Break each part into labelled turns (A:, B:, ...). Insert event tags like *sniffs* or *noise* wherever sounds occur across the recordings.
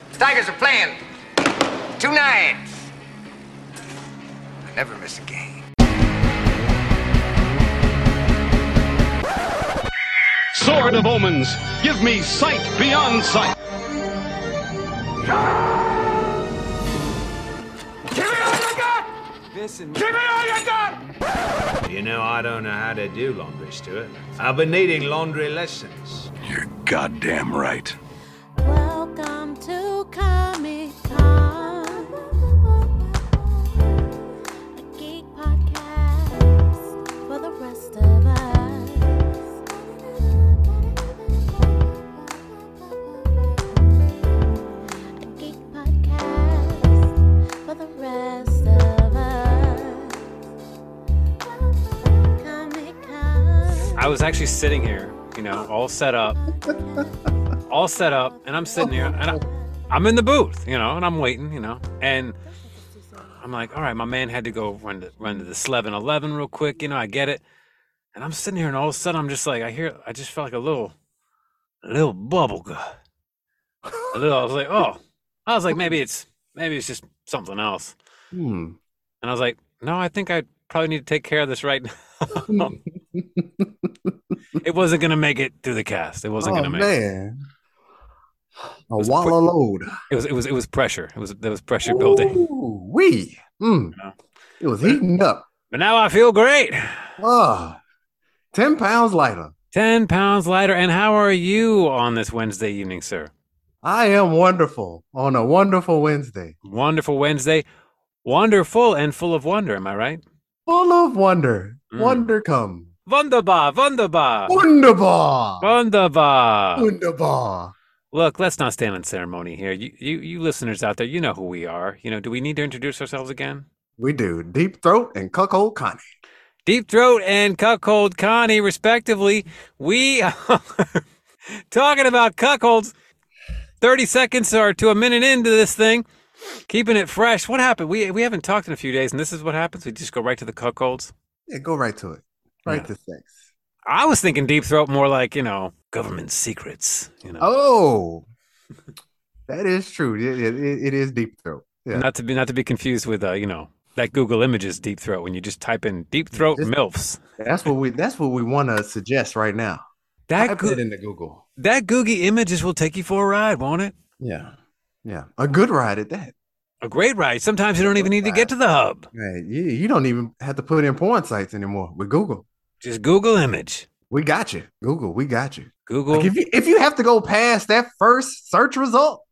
A: The Tigers are playing tonight. I never miss a game.
B: Sword of Omens, give me sight beyond sight.
C: You know, I don't know how to do laundry, Stuart. I've been needing laundry lessons.
D: You're goddamn right.
E: Welcome to Comic Con, a geek podcast for the rest of us. A geek podcast for the rest of us. Comic Con.
F: I was actually sitting here, you know, all set up, all set up, and I'm sitting here, and I, I'm in the booth, you know, and I'm waiting, you know, and I'm like, all right, my man had to go run to run to the 11 real quick, you know, I get it, and I'm sitting here, and all of a sudden, I'm just like, I hear, I just felt like a little, a little bubble gut, a little. I was like, oh, I was like, maybe it's maybe it's just something else,
G: Hmm.
F: and I was like, no, I think I probably need to take care of this right *laughs*
G: *laughs*
F: now. it wasn't gonna make it through the cast. It wasn't
G: oh,
F: gonna make. It.
G: man. A
F: was a
G: walla load.
F: it was it was it was pressure. It was there was pressure building.
G: Wee. Mm.
F: You know.
G: It was heating up.
F: But now I feel great.
G: Ah, 10 pounds lighter.
F: Ten pounds lighter. And how are you on this Wednesday evening, sir?
G: I am wonderful on a wonderful Wednesday.
F: Wonderful Wednesday, wonderful and full of wonder. Am I right?
G: Full of wonder.
F: Mm. Ah.
G: Wonder come.
F: Wunderbar, wunderbar,
G: Wunderbar.
F: wunderbar.
G: Wunderbar.
F: Look, let's not stand on ceremony here. You, you, you listeners out there, you know who we are. You know, do we need to introduce ourselves again?
G: We do Deep Throat and Cuckold Connie.
F: Deep Throat and Cuckold Connie, respectively. We are *laughs* talking about cuckolds. 30 seconds or to a minute into this thing, keeping it fresh. What happened? We we haven't talked in a few days, and this is what happens. We just go right to the cuckolds.
G: Yeah, go right to it. Right
F: Yeah.
G: to sex.
F: I was thinking Deep Throat more like, you know, government secrets. You know,
G: Oh, *laughs* that is true. It- it- it- it is Deep Throat. Yeah.
F: not to be not to be confused with, uh, you know, that Google Images Deep Throat when you just type in Deep Throat
G: This-
F: MILFs.
G: That's what we that's what we want to suggest right now. I
F: That,
G: put it
F: goo-
G: into Google.
F: that Googie Images will take you for a ride, won't it?
G: Yeah. Yeah. A good ride at that.
F: A great ride. Sometimes you don't even need to get to the hub.
G: Right. You, you don't even have to put in porn sites anymore with Google.
F: Just Google image.
G: We got you. Google, we got you.
F: Google.
G: Like if you if you have to go past that first search result,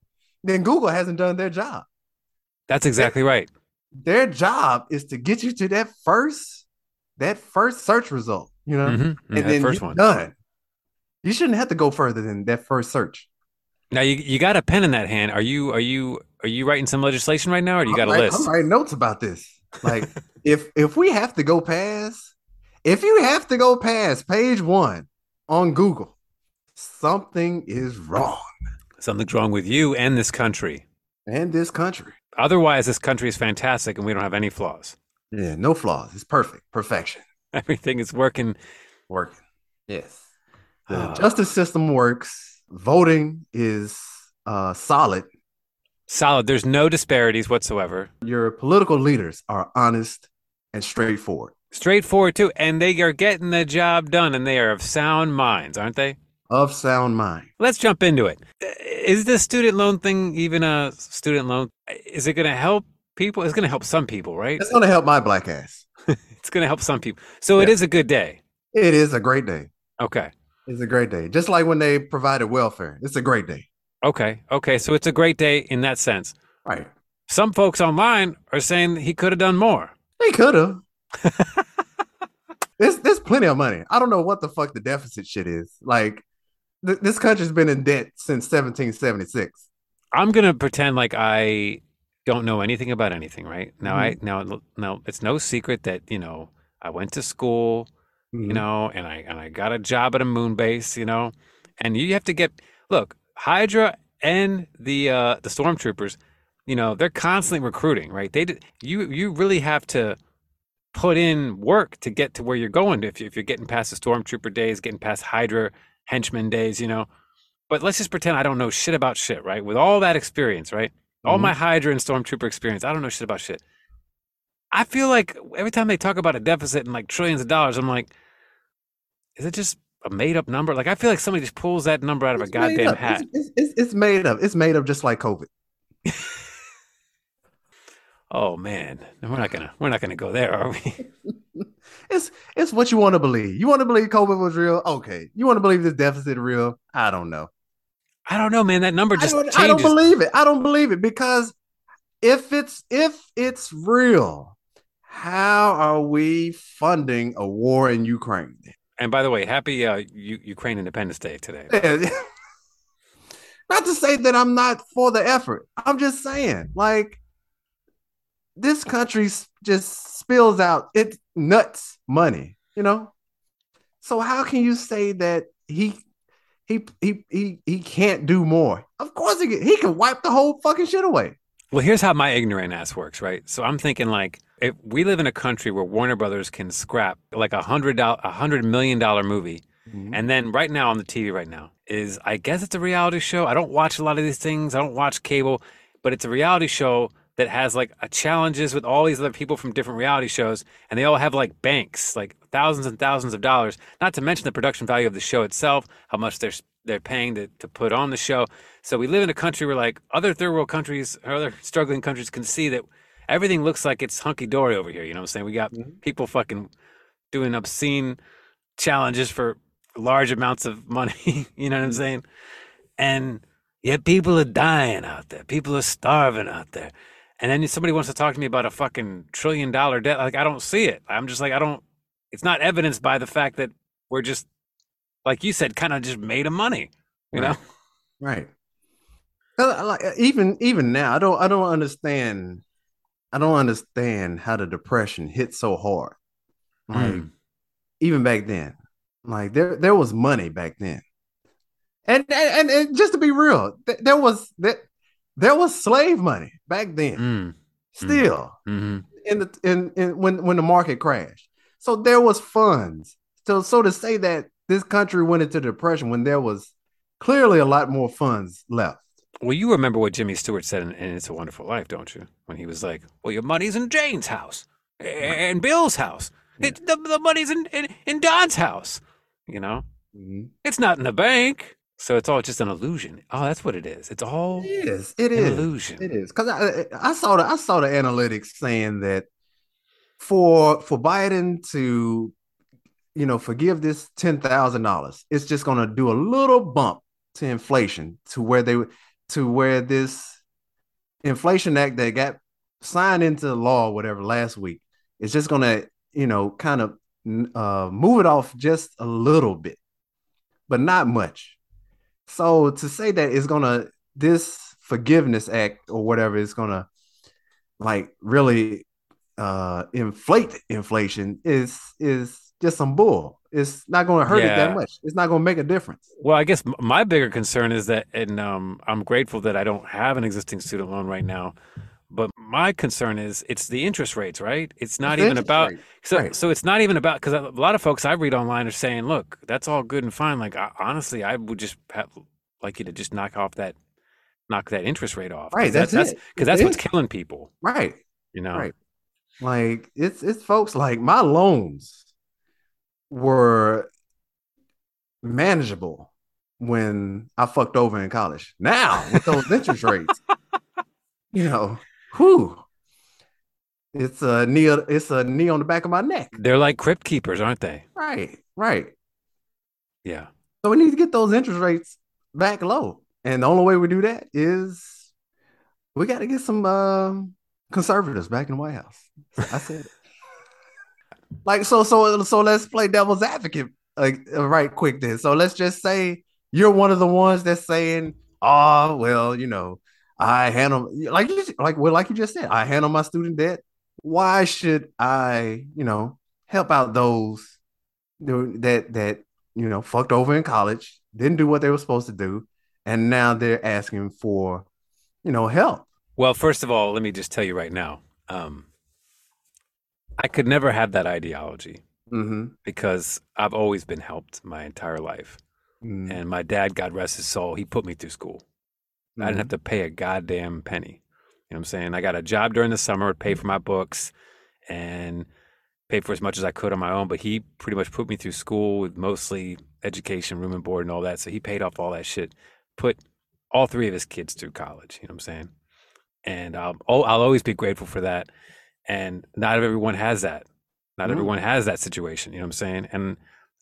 G: then Google hasn't done their job.
F: That's exactly right.
G: Their job is to get you to that first that first search result, you know?
F: hmm
G: And then
F: first
G: you're
F: one.
G: done. You shouldn't have to go further than that first search.
F: Now you you got a pen in that hand. Are you are you are you writing some legislation right now, or do you got a
G: I'm write-
F: list?
G: I'm writing notes about this.
F: *laughs*
G: Like, if if we have to go past, if you have to go past page one on Google, something is wrong
F: Something's wrong with you and this country.
G: in this country.
F: Otherwise, this country is fantastic, and we don't have any flaws. *laughs*
G: Yeah, no flaws. It's perfect. Perfection.
F: Everything is working.
G: Working. Yes. The
F: Uh,
G: justice system works. Voting is uh, solid.
F: solid. There's no disparities whatsoever.
G: Your political leaders are honest and straightforward.
F: Straightforward too, and they are getting the job done, and they are of sound minds, aren't they?
G: Of sound mind.
F: Let's jump into it. Uh, Is this student loan thing even a student loan? Is it going to help people? It's going to help some people, right?
G: It's gonna help my black ass.
F: It's going to help some people. So it
G: Yeah.
F: is a good day.
G: It is a great day.
F: Okay.
G: It's a great day. Just like when they provided welfare. It's a great day.
F: Okay. Okay. So it's a great day in that sense.
G: Right.
F: Some folks online are saying he could have done more.
G: They
F: *laughs*
G: could have. there's, there's plenty of money. I don't know what the fuck the deficit shit is. Like, th- this country's been in debt since 1776.
F: I'm going to pretend like I don't know anything about anything right now. I now now it's no secret that, you know, I went to school, you know, and I and I got a job at a moon base, you know. And you have to get look, Hydra and the uh the stormtroopers, you know, they're constantly recruiting, right? They d- you you really have to put in work to get to where you're going if you if you're getting past the stormtrooper days, getting past Hydra henchmen days, you know. But let's just pretend I don't know shit about shit, right? With all that experience, right?
G: Mm-hmm.
F: All my Hydra and Stormtrooper experience, I don't know shit about shit. I feel like every time they talk about a deficit and like trillions of dollars, I'm like, is it just a made up number? Like I feel like somebody just pulls that number out of a
G: It's made
F: goddamn
G: up. It's-
F: hat.
G: It's, it's- it's made up. It's made up just like COVID.
F: Oh man, we're not gonna we're not gonna go there, are we?
G: It's it's what you want to believe. You want to believe COVID was real? Okay. You want to believe this deficit real? I don't know.
F: I don't know, man. That number
G: I
F: just
G: don't,
F: changes.
G: I don't believe it. I don't believe it because if it's if it's real, how are we funding a war in Ukraine? *laughs*
F: and by the way, happy uh, U- Ukraine Independence Day today.
G: not to say that I'm not for the effort. I'm just saying, like, this country s- just spills out its nuts money, you know. So how can you say that he he he he he can't do more? Of course he can. He can wipe the whole fucking shit away.
F: Well, here's how my ignorant ass works, right? So I'm thinking like if we live in a country where Warner Brothers can scrap like a hundred dollar a hundred million dollar movie and then right now on the TV right now is I guess it's a reality show. I don't watch a lot of these things. I don't watch cable, but it's a reality show that has like a challenges with all these other people from different reality shows and they all have like banks, like thousands and thousands of dollars, not to mention the production value of the show itself, how much they're s- they're paying to, to put on the show. So we live in a country where like other third world countries or other struggling countries can see that everything looks like it's hunky dory over here. You know what I'm saying? We got people fucking doing obscene challenges for large amounts of money. *laughs* you know what I'm saying? And yet people are dying out there. People are starving out there. And then somebody wants to talk to me about a fucking trillion dollar debt. Like I don't see it. I'm just like I don't. It's not evidenced by the fact that we're just, like you said, kind of just made of money. You know.
G: Right. Uh, Like uh, even even now, I don't I don't understand. I don't understand how the depression hit so hard. Like
F: Mm.
G: even back then, like there there was money back then, and and, and, and just to be real, th- there was that there was slave money back then.
F: Mm.
G: Still
F: hmm
G: in the in, in when when the market crashed, so there was funds. So so to say that this country went into depression when there was clearly a lot more funds left.
F: Well, you remember what Jimmy Stewart said in, in "It's a Wonderful Life," don't you? When he was like, "Well, your money's in Jane's house and Bill's house. It, the, the money's in, in in Don's house. You know, it's not in the bank, so it's all just an illusion. Oh, that's what it is. It's all
G: It is. It
F: an
G: is.
F: illusion.
G: It is because I I I saw the I saw the analytics saying that for for Biden to you know forgive this ten thousand dollars, it's just going to do a little bump to inflation to where they to where this inflation act that got signed into law whatever last week is just going to you know kind of uh, move it off just a little bit, but not much. So to say that it's going to this forgiveness act or whatever is gonna like really uh inflate inflation is is just some bull it's not gonna hurt it
F: Yeah.
G: that much it's not gonna make a difference
F: Well, I guess m- my bigger concern is that, and um, I'm grateful that I don't have an existing student loan right now. But my concern is it's the interest rates, right? It's not
G: It's the
F: even
G: interest
F: about
G: rate,
F: so
G: right.
F: so it's not even about because a lot of folks I read online are saying, look, that's all good and fine. Like I, honestly, I would just have, like you to just knock off that knock that interest rate off. 'cause
G: Right, that's
F: that's
G: it.
F: because
G: That's
F: that's what's
G: it.
F: killing people.
G: right
F: You know,
G: Right. like it's it's folks like my loans were manageable when i fucked over in college now with those interest rates you know who it's a knee it's a knee on the back of my neck
F: they're like crypt keepers, aren't they?
G: Right, right.
F: Yeah.
G: So we need to get those interest rates back low. And the only way we do that is we got to get some um, conservatives back in the White House. I said, it. *laughs* like, so, so, so let's play devil's advocate like, uh, right quick then. So let's just say you're one of the ones that's saying, oh, well, you know, I handle, like, you, like, well, like you just said, I handle my student debt. Why should I, you know, help out those you know, that, that, you know, fucked over in college, didn't do what they were supposed to do, and now they're asking for, you know, help.
F: Well, first of all, let me just tell you right now, um, I could never have that ideology.
G: Mm-hmm.
F: because I've always been helped my entire life.
G: Mm.
F: and my dad, God rest his soul, he put me through school. I didn't have to pay a goddamn penny. You know what I'm saying? I got a job during the summer, paid for my books, and paid for as much as I could on my own. But he pretty much put me through school with mostly education, room and board, and all that. So he paid off all that shit. Put all three of his kids through college. You know what I'm saying? And I'll oh, I'll always be grateful for that. And not everyone has that. Not
G: No.
F: everyone has that situation. You know what I'm saying? And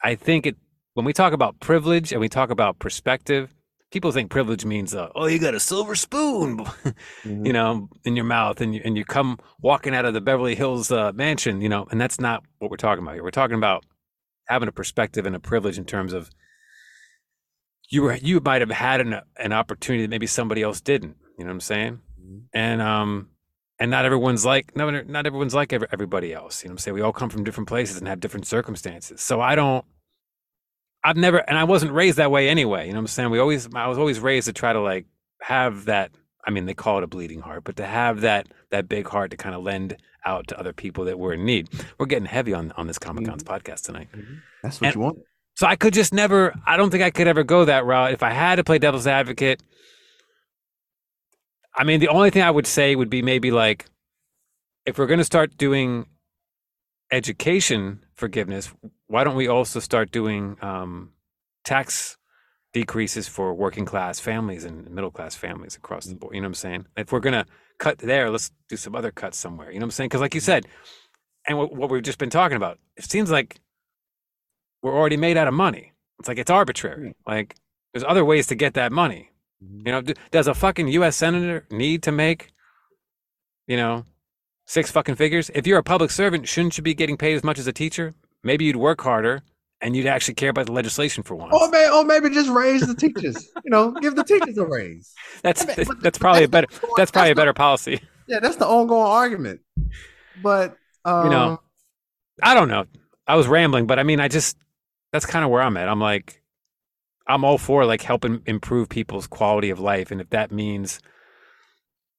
F: I think it when we talk about privilege and we talk about perspective, people think privilege means uh, oh you got a silver spoon. *laughs*
G: Mhm.
F: you know, in your mouth, and you, and you come walking out of the Beverly Hills uh, mansion, you know, and that's not what we're talking about here. We're talking about having a perspective and a privilege in terms of you were you might have had an an opportunity that maybe somebody else didn't. You know what I'm saying? And um, and not everyone's like no, not everyone's like every, everybody else. You know what I'm saying? We all come from different places and have different circumstances. So I don't. I've never, and I wasn't raised that way anyway. You know what I'm saying? We always, I was always raised to try to like have that I mean, they call it a bleeding heart, but to have that that big heart to kind of lend out to other people that were in need. We're getting heavy on on this Comic Cons podcast tonight.
G: That's what
F: and-
G: you want.
F: So I could just never. I don't think I could ever go that route. If I had to play devil's advocate, I mean, the only thing I would say would be maybe like, if we're going to start doing education forgiveness, why don't we also start doing um, tax decreases for working class families and middle class families across the board? You know what I'm saying? If we're going to cut there, let's do some other cuts somewhere. You know what I'm saying? Because like you said, and what, what we've just been talking about, it seems like we're already made out of money. It's like it's arbitrary. Like there's other ways to get that money. You know, d- does a fucking U.S. senator need to make, you know, six fucking figures? If you're a public servant, shouldn't you be getting paid as much as a teacher? Maybe you'd work harder and you'd actually care about the legislation for once.
G: Or, may, or maybe just raise the teachers. *laughs* you know, give the teachers a raise.
F: that's
G: I mean, but-
F: that's probably a better
G: Well,
F: that's probably a
G: the-
F: better policy.
G: Yeah, that's the ongoing argument. But um,
F: know, I don't know. I was rambling, but I mean, I just that's kind of where I'm at. I'm like, I'm all for like helping improve people's quality of life, and if that means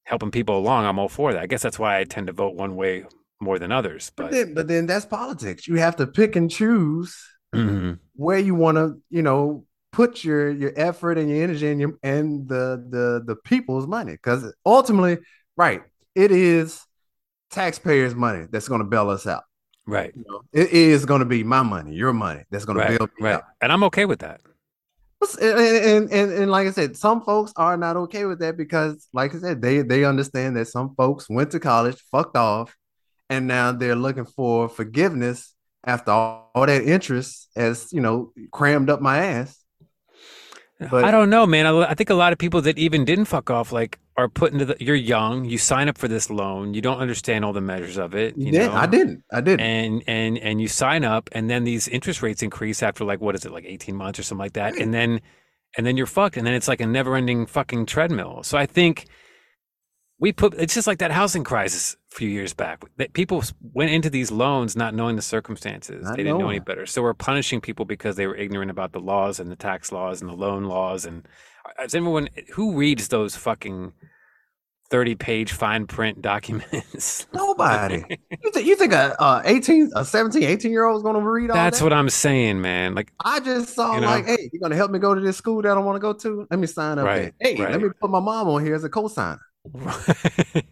F: helping people along, I'm all for that. I guess that's why I tend to vote one way more than others.
G: but
F: But
G: then, but then that's politics. You have to pick and choose
F: Mhm.
G: where you want to, you know, put your your effort and your energy and your and the the the people's money. Because ultimately, right, it is taxpayers' money that's going to bail us out.
F: *clears throat* right,
G: You know, it is going to be my money, your money that's going to
F: right,
G: bail me
F: right,
G: out.
F: and I'm okay with that.
G: What's- And, and and and like I said, some folks are not okay with that because, like I said, they they understand that some folks went to college, fucked off, and now they're looking for forgiveness after all, all that interest has you know crammed up my ass. But
F: I don't know, man. I, I think a lot of people that even didn't fuck off like are put into the. You're young. You sign up for this loan. You don't understand all the measures of it. You
G: did,
F: know?
G: I didn't, I didn't.
F: and and and you sign up and then these interest rates increase after like what is it like 18 months or something like that
G: Mm.
F: and then and then you're fucked and then it's like a never ending fucking treadmill so i think we put it's just like that housing crisis a few years back that people s- went into these loans not knowing the circumstances
G: Not
F: they didn't know any
G: knowing.
F: better so we're punishing people because they were ignorant about the laws and the tax laws and the loan laws and as everyone who reads those fucking 30 page fine print *laughs* documents *laughs*
G: Nobody. you, th- you think a, a 18, a 17, 18 year old is going to read all
F: that's
G: that?
F: what i'm saying man like
G: I just saw
F: you know?
G: like, hey, you're going to help me go to this school that I don't want to go to? Let me sign up.
F: Right,
G: there. Hey,
F: right.
G: let me put my mom on here as a cosigner.
F: *laughs* Right.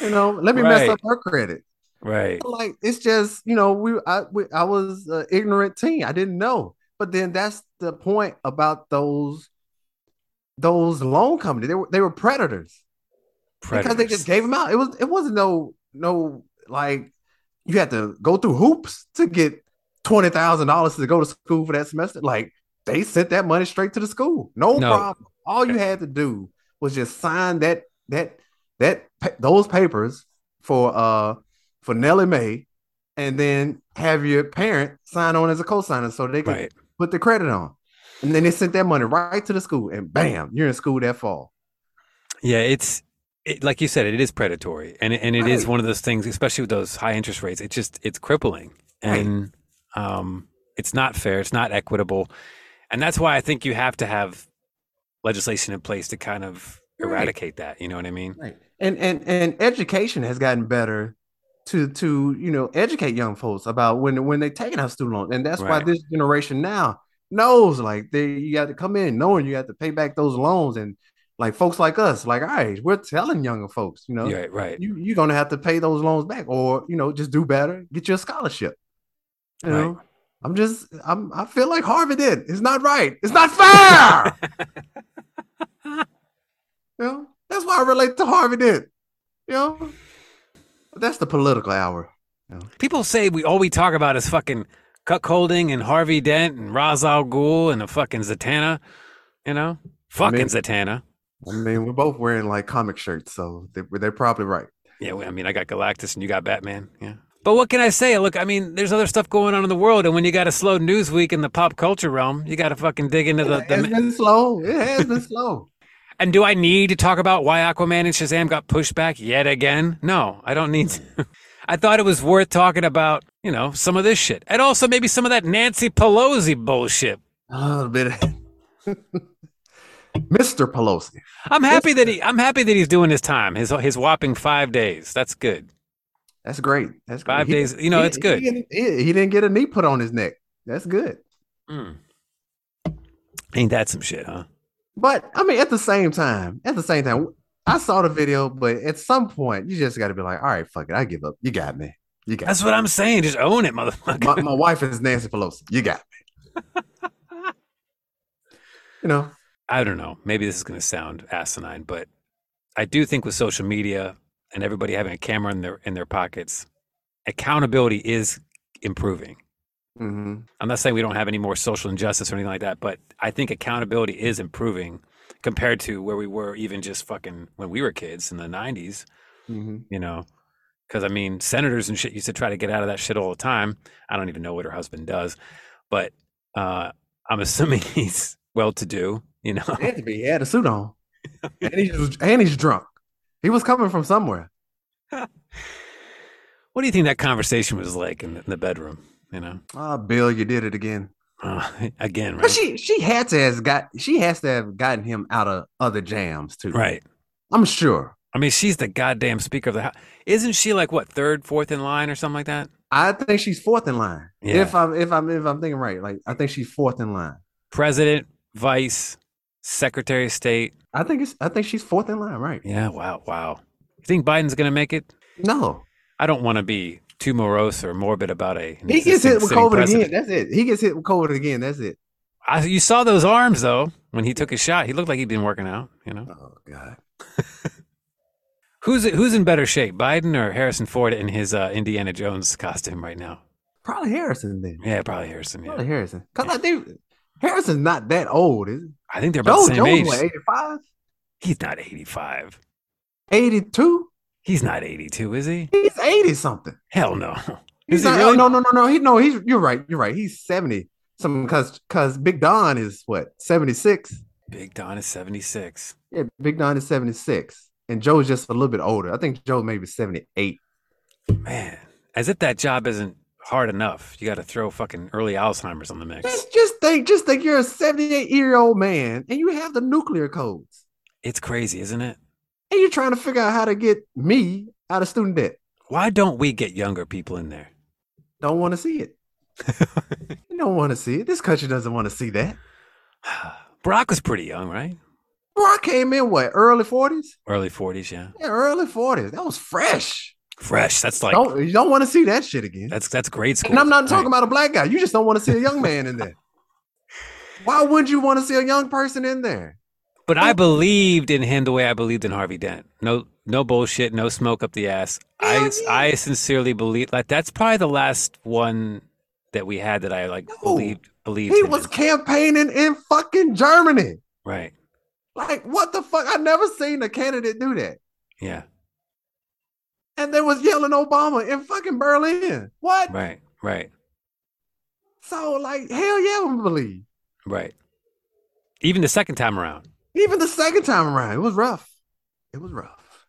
G: You know, let me mess
F: Right.
G: up her credit.
F: right.
G: Like it's just you know we I we, I was an ignorant teen. I didn't know. But then that's the point about those those loan companies. They were they were predators. because they
F: Predators.
G: just gave them out. It was it wasn't no no like you had to go through hoops to get twenty thousand dollars to go to school for that semester. Like they sent that money straight to the school, no,
F: No.
G: problem. All you had to do was just sign that that that pa- those papers for uh for Nellie Mae, and then have your parent sign on as a cosigner so they could
F: right.
G: put the credit on. And then they sent that money right to the school, and bam, you're in school that fall.
F: Yeah, it's it, like you said, it is predatory, and it- and it is
G: Right.
F: one of those things, especially with those high interest rates. It's just it's crippling,
G: Right.
F: and um, it's not fair. It's not equitable, and that's why I think you have to have legislation in place to kind of
G: Right.
F: eradicate that. You know what I mean?
G: Right. And and and education has gotten better to to you know educate young folks about when when they taking out student loans. And that's why
F: Right.
G: this generation now knows like they you got to come in knowing you have to pay back those loans and like folks like us, like all right, we're telling younger folks, you know,
F: Yeah, right.
G: you, you're gonna have to pay those loans back or you know, just do better, get your scholarship. You
F: Right.
G: know, I'm just I'm I feel like Harvey did. It's not right, it's not fair.
F: *laughs*
G: you know, that's why I relate to Harvey did. You know, that's the political hour.
F: People say we all we talk about is fucking cuckolding and Harvey Dent and Ra's al Ghul and the fucking Zatanna, you know, fucking
G: mean-
F: Zatanna.
G: I mean, we're both wearing like comic shirts, so they, they're probably right.
F: Yeah, well, I mean, I got Galactus and you got Batman. Yeah. But what can I say? Look, I mean, there's other stuff going on in the world, and when you got a slow news week in the pop culture realm, you got to fucking dig into the.
G: it's
F: the
G: been slow. It has been slow.
F: and do I need to talk about why Aquaman and Shazam got pushed back yet again? No, I don't need to. *laughs* I thought it was worth talking about, you know, some of this shit, and also maybe some of that Nancy Pelosi bullshit.
G: A little bit. *laughs* Mr. Pelosi.
F: I'm happy that he. I'm happy that he's doing his time. His his whopping five days. That's good.
G: That's great. That's great.
F: Five days, you know,
G: he-
F: it's good.
G: He, didn't- he- he didn't get a knee put on his neck. That's good.
F: Mm. Ain't that some shit, huh?
G: But I mean, at the same time, at the same time, I saw the video, but at some point, you just got to be like, all right, fuck it. I give up. You got me. You got
F: That's what I'm saying. Just own it, motherfucker.
G: me. My, my wife is Nancy Pelosi. You got me.
F: *laughs*
G: you know,
F: I don't know. Maybe this is going to sound asinine, but I do think with social media and everybody having a camera in their in their pockets, accountability is improving.
G: hmm
F: I'm not saying we don't have any more social injustice or anything like that, but I think accountability is improving compared to where we were even just fucking when we were kids in the 90s,
G: hmm
F: you know. Cuz I mean, senators and shit used to try to get out of that shit all the time. I don't even know what her husband does, but uh I'm assuming *laughs* he's well to do, you know.
G: Nancy B had a
F: *laughs*
G: suit on. and, he's, and he's drunk. He was coming from somewhere.
F: What do you think that conversation was like in the, in the bedroom? You know,
G: Ah, Bill, you did it again.
F: uh, again,
G: But
F: right?
G: she she had to has got she has to have gotten him out of other jams too.
F: right.
G: I'm sure.
F: I mean, she's the goddamn speaker of the house. Isn't she like what third, fourth in line or something like that?
G: I think she's fourth in line.
F: Yeah.
G: If I'm if I'm if I'm thinking right, like I think she's fourth in line.
F: President, vice, secretary of state.
G: I think it's I think she's fourth in line, right?
F: Yeah. Wow. Wow. You think Biden's gonna make it?
G: No.
F: I don't want to be too morose or morbid about a. an
G: He gets
F: existing
G: hit with
F: sitting
G: COVID
F: president.
G: again. That's it. He gets hit with COVID again. That's it.
F: I, you saw those arms though when he took his shot. He looked like he'd been working out. You know,
G: Oh God.
F: who's who's in better shape, Biden or Harrison Ford in his uh, Indiana Jones costume right now?
G: Probably Harrison then.
F: Yeah, probably Harrison. Yeah.
G: Probably Harrison. Because I think Harrison's not that old, is he?
F: I think they're about
G: Joe,
F: the same
G: Joe's
F: age.
G: what, 85?
F: He's not 85.
G: 82?
F: He's not 82, is he?
G: He's 80 something.
F: Hell no.
G: He's
F: Is he
G: not,
F: really?
G: oh, no, no, no, no. He no, he's you're right. You're right. He's 70. Some cause cause Big Don is what 76.
F: Big Don is 76.
G: Yeah, Big Don is 76. And Joe's just a little bit older. I think Joe maybe 78.
F: Man, as if that job isn't hard enough. You got to throw fucking early Alzheimer's on the mix.
G: Just just think, just think you're a 78 year old man and you have the nuclear codes.
F: It's crazy, isn't it?
G: And you're trying to figure out how to get me out of student debt.
F: Why don't we get younger people in there?
G: Don't want to
F: *laughs*
G: see it. you don't want to see it. This country doesn't want to see that.
F: Brock was pretty young, right?
G: Bro, I came in what early 40s?
F: Early 40s, yeah.
G: Yeah, early 40s. That was fresh.
F: Fresh. That's like
G: Don't you don't want to see that shit again.
F: that's that's grade school.
G: And I'm not talking
F: Right.
G: about a black guy. You just don't want to see a young man in
F: *laughs*
G: there. Why would you want to see a young person in there?
F: But
G: Oh.
F: I believed in him the way I believed in Harvey Dent. No, no bullshit, no smoke up the ass. I,
G: Hell yeah.
F: I sincerely believe like that's probably the last one that we had that I like
G: No.
F: believed believed.
G: He
F: him
G: was
F: in.
G: campaigning in fucking Germany.
F: right.
G: Like, what the fuck? I never seen a candidate do that.
F: Yeah.
G: And they was yelling Obama in fucking Berlin. What?
F: Right. Right.
G: So, like, hell yeah, I'm gonna believe.
F: Right. Even the second time around.
G: Even the second time around, it was rough. It was
F: *laughs*
G: rough.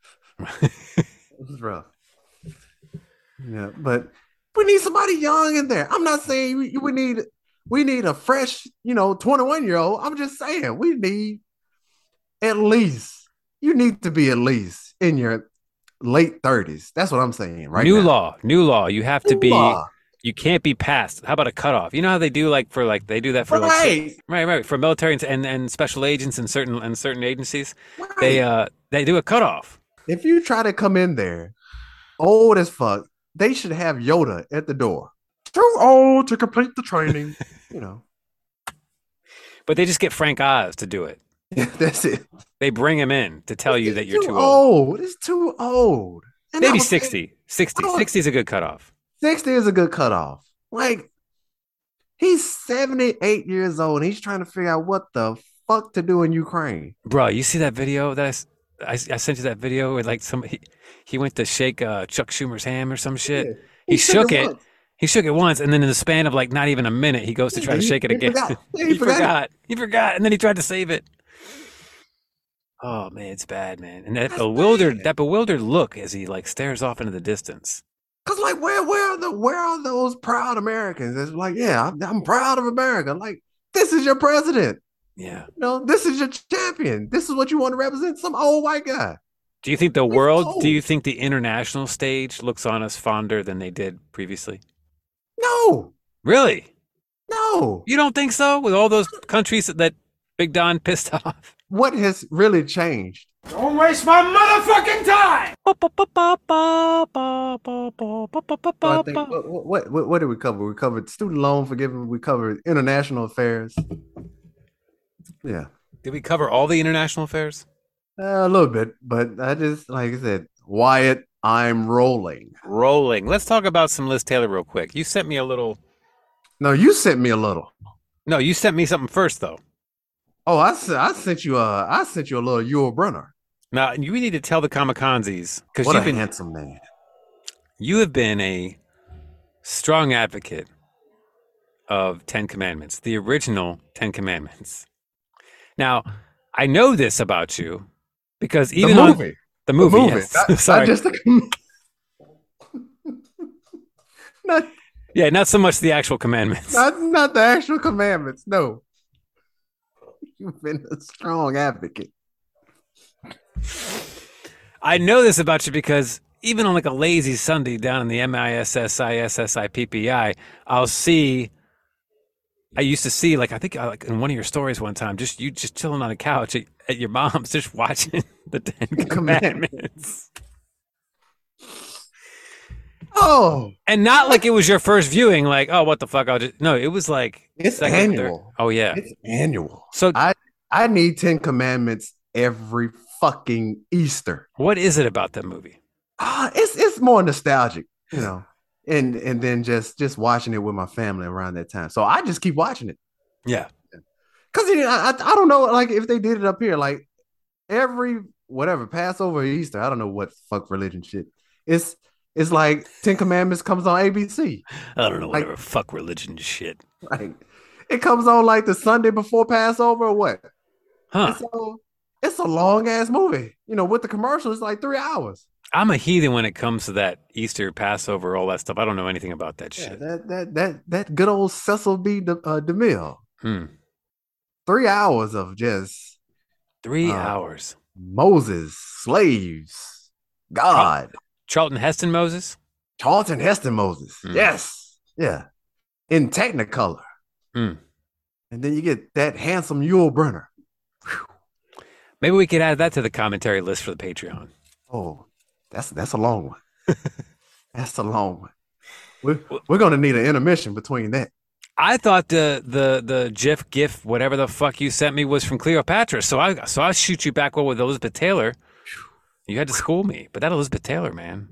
G: It was rough. Yeah, but we need somebody young in there. I'm not saying we, we need we need a fresh, you know, 21 year old. I'm just saying we need at least you need to be at least in your late 30s. That's what I'm saying, right?
F: new
G: now.
F: law. New law. You have to
G: New
F: be.
G: law.
F: You can't be passed. How about a cutoff? You know how they do like for like they do that for like, cer-
G: Right.
F: right, right for military and, and and special agents and certain and certain agencies. They uh they do a cutoff.
G: If you try to come in there old as fuck, they should have Yoda at the door. Too old to complete the training. you know, *laughs*
F: But they just get Frank Oz to do it.
G: that's it.
F: They bring him in to tell you that you're too old.
G: old. It's too old. And I
F: Maybe
G: was saying,
F: 60. 60.
G: I was-
F: 60 is a good cutoff.
G: 60 is a good cutoff. Like, he's 78 years old and he's trying to figure out what the fuck to do in Ukraine.
F: Bro, you see that video that I s- I, s- I sent you that video where like some he, he went to shake uh, Chuck Schumer's ham or some shit.
G: Yeah.
F: He, shook,
G: his
F: it.
G: look.
F: He shook it once, and then in the span of like not even a minute, he goes to try to
G: He-
F: shake it
G: he
F: again. *laughs*
G: forgot. Yeah,
F: he forgot. He forgot, and then he tried to save it. Oh man, it's bad, man. And that
G: That's
F: bewildered,
G: bad.
F: that bewildered look as he like stares off into the distance.
G: Cause like where where are the where are those proud Americans? It's like yeah, I'm, I'm proud of America. Like this is your president.
F: Yeah.
G: You know, this is your champion. This is what you want to represent. Some old white guy.
F: Do you think the world? Do
G: old.
F: you think the international stage looks on us fonder than they did previously?
G: No,
F: Really?
G: no.
F: You don't think so? With all those countries that Big Don pissed *laughs* off.
G: What has really changed? Well, I think,
F: Well,
G: what, what what what did we cover? We covered student loan forgiveness. We covered international affairs. Yeah,
F: Did we cover all the international affairs?
G: uh, a little bit, but I just like I said, Wyatt, I'm rolling.
F: Rolling. Let's talk about some Liz Taylor real quick. You sent me a little.
G: No, you sent me a little.
F: No, you sent me something first though.
G: Oh, I, se- I sent you a I sent you a little Yul Brynner.
F: Now you we need to tell the kamikazes because
G: What a
F: you've been
G: handsome man.
F: you have been a strong advocate of Ten Commandments, the original Ten Commandments. Now I know this about you because even on- the
G: The
F: movie,
G: movie.
F: yes. *laughs*
G: Not, not
F: sorry,
G: just the- *laughs* not,
F: yeah, not so much the actual commandments.
G: not, not the actual commandments. No. You've been a strong advocate.
F: I know this about you because even on like a lazy Sunday down in the MISSISSIPPI, I'll see. I used to see like I think uh, like in one of your stories one time, just you just chilling on a couch at, at your mom's, *laughs* just watching the Ten
G: Commandments.
F: Commandments,
G: Oh,
F: and not like it was your first viewing. Like, oh, what the fuck? I'll just no. It was like
G: It's
F: second, third-
G: annual.
F: Oh yeah.
G: it's annual.
F: So
G: I- I need 10 commandments every fucking Easter.
F: what is it about that movie?
G: Ah, it's it's more nostalgic, you know. And and then just just watching it with my family around that time. So I just keep watching it.
F: Yeah.
G: Cause you know, I, I I don't know like if they did it up here like every whatever Passover or Easter I don't know what fuck religion shit it's it's like Ten Commandments comes on ABC
F: I don't know
G: Like-
F: whatever fuck religion shit.
G: *laughs* like it comes on like the Sunday before Passover or what
F: Huh.
G: And so it's a long ass movie you know with the commercial it's like three hours
F: I'm a heathen when it comes to that Easter, Passover, all that stuff. I don't know anything about that
G: yeah,
F: shit.
G: that that that that good old Cecil B De, uh, DeMille
F: Hmm.
G: three hours of just
F: Three
G: Uh,
F: hours.
G: Moses slaves God
F: Charlton Heston Moses.
G: Charlton Heston Moses.
F: Mm.
G: Yes. Yeah. In Technicolor.
F: Mm.
G: And then you get that handsome Yul Brynner.
F: Maybe we could add that to the commentary list for the Patreon.
G: Oh, that's that's a long one.
F: *laughs*
G: that's a long one. We're, we're gonna need an intermission between that.
F: I thought the the the GIF GIF whatever the fuck you sent me was from Cleopatra, so I so I shoot you back one with Elizabeth Taylor. You had to school me, but that Elizabeth Taylor, man.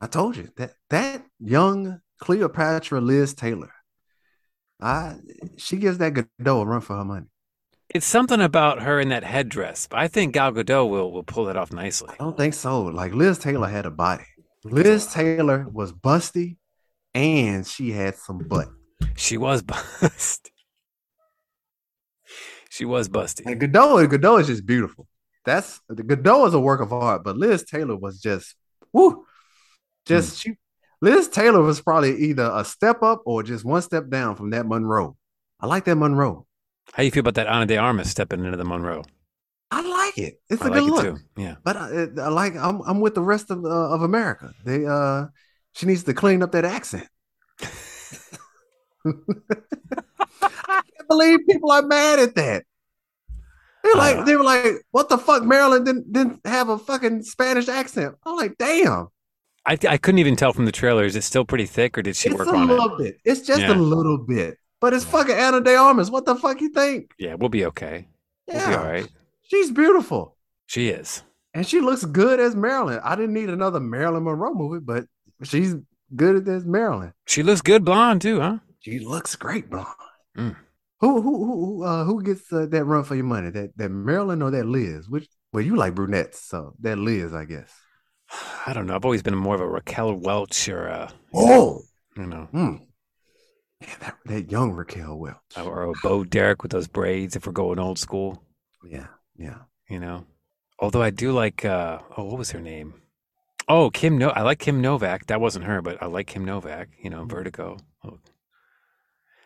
G: I told you that that young Cleopatra Liz Taylor. I she gives that Godot a run for her money.
F: It's something about her in that headdress. But I think Gal Gadot will will pull it off nicely.
G: I don't think so. Like Liz Taylor had a body. Liz Taylor was busty and she had some butt.
F: She was bust. She was busty.
G: And Godot, Godot is just beautiful. That's Godot is a work of art, but Liz Taylor was just woo. Just she Liz Taylor was probably either a step up or just one step down from that Monroe. I like that Monroe.
F: How you feel about that Ana de Armas stepping into the Monroe?
G: I like it. It's a
F: I
G: good
F: like
G: look.
F: it too. Yeah.
G: But I, I like I'm I'm with the rest of uh, of America. They uh She needs to clean up that accent. I can't believe people are mad at that. They're
F: Uh.
G: like, they were like, what the fuck? Maryland didn't, didn't have a fucking Spanish accent. I'm like, damn.
F: I, I couldn't even tell from the trailer. Is it still pretty thick, or did she
G: it's
F: work
G: a
F: on it?
G: little bit. It's just
F: Yeah.
G: a little bit. But it's fucking Anna De Armas. What the fuck you think?
F: Yeah, we'll be okay.
G: Yeah.
F: We'll be all right.
G: She's beautiful.
F: She is.
G: And she looks good as Marilyn. I didn't need another Marilyn Monroe movie, but she's good as Marilyn.
F: She looks good blonde too, huh?
G: She looks great, blonde.
F: Mm.
G: Who who who who, uh, who gets uh, that run for your money? That that Marilyn or that Liz? Which well, you like brunettes, so that Liz, I guess.
F: I don't know. I've always been more of a Raquel Welch or a,
G: Oh,
F: you know,
G: mm. man, that, that young Raquel Welch.
F: or a Bo Derek with those braids if we're going old school,
G: Yeah, yeah.
F: you know. Although I do like, uh, oh, what was her name? Oh, Kim. No, I like Kim Novak. That wasn't her, but I like Kim Novak. You know, Vertigo. Oh.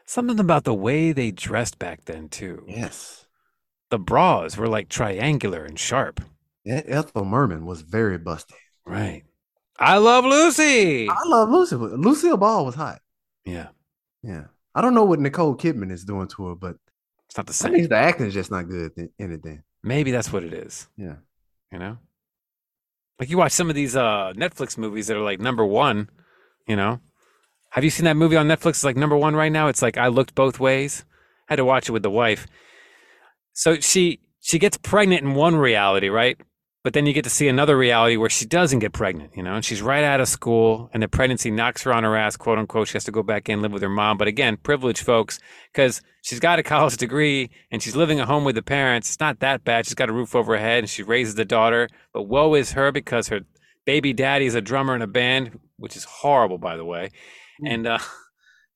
F: Something about the way they dressed back then too.
G: Yes,
F: The bras were like triangular and sharp.
G: that Ethel Merman was very busty.
F: Right. I love Lucy.
G: I love Lucy. Lucille Ball was hot.
F: Yeah,
G: Yeah, I don't know what Nicole Kidman is doing to her, but
F: it's not the
G: I
F: same.
G: think the acting is just not good in in it. Then
F: Maybe that's what it is.
G: Yeah.
F: You know? Like you watch some of these uh Netflix movies that are like number one, you know. Have you seen that movie on Netflix? It's like number one right now. It's like I looked both ways. I had to watch it with the wife. So she she gets pregnant in one reality, right? But then you get to see another reality where she doesn't get pregnant, you know, and she's right out of school and the pregnancy knocks her on her ass, quote unquote. She has to go back in, live with her mom. But again, privileged folks, because she's got a college degree and she's living at home with the parents. It's not that bad. She's got a roof over her head and she raises the daughter. But woe is her because her baby daddy is a drummer in a band, which is horrible, by the way. And uh,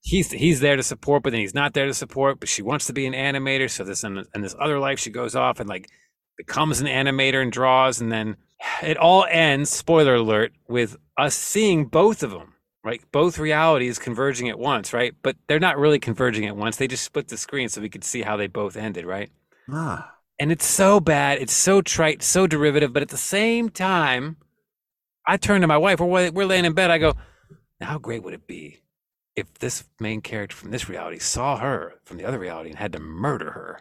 F: he's he's there to support, but then he's not there to support. But she wants to be an animator, so this and, and this other life, she goes off and like becomes an animator and draws, and then it all ends. Spoiler alert: with us seeing both of them right? Both realities converging at once, right? But they're not really converging at once. They just split the screen so we could see how they both ended, right?
G: ah,
F: And it's so bad. It's so trite, so derivative. But at the same time, I turn to my wife. We're, wa- we're laying in bed. I go, "Now, how great would it be if this main character from this reality saw her from the other reality and had to murder her?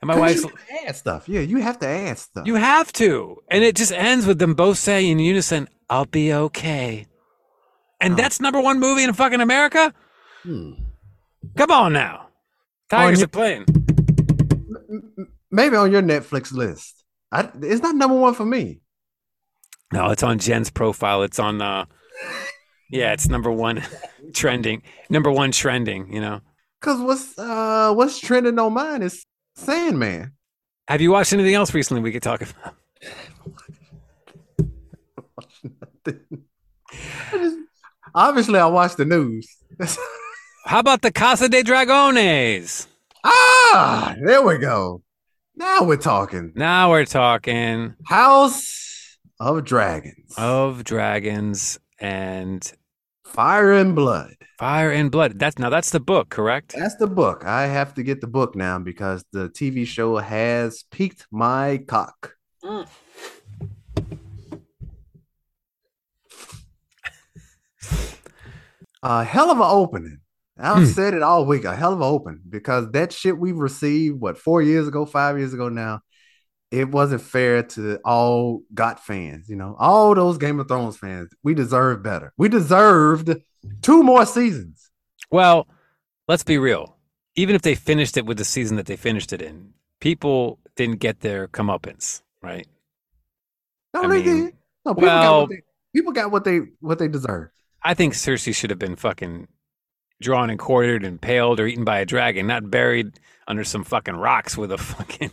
F: And my wife's,
G: you have to add stuff. Yeah, you have to add stuff.
F: you have to. And it just ends with them both saying in unison, I'll be okay. And that's number one movie in fucking America?
G: Hmm.
F: Come on now. Tigers
G: you-
F: are playing.
G: Maybe on your Netflix list. I, it's not number one for me.
F: No, it's on Jen's profile. It's on uh Yeah, it's number one *laughs* trending. Number one trending, you know.
G: Cause what's uh what's trending on mine is Sandman.
F: Have you watched anything else recently we could talk about?
G: I just- obviously, I watch the news. *laughs*
F: How about the Casa de Dragones?
G: ah, there we go. Now we're talking.
F: Now we're talking
G: House of Dragons.
F: of dragons and
G: Fire and Blood.
F: fire and blood. That's now that's the book, correct?
G: That's the book. I have to get the book now because the TV show has piqued my cock. A hell of an opening. I've said it all week. A hell of an open because that shit we received what four years ago, five years ago now. It wasn't fair to all GOT fans, you know, all those Game of Thrones fans. We deserve better. We deserved two more seasons.
F: Well, let's be real. Even if they finished it with the season that they finished it in, people didn't get their comeuppance, right?
G: No,
F: I
G: they
F: mean,
G: did. No, people got
F: well-
G: what they people got what they what they deserve.
F: I think Cersei should have been fucking drawn and quartered and paled or eaten by a dragon, not buried under some fucking rocks with a fucking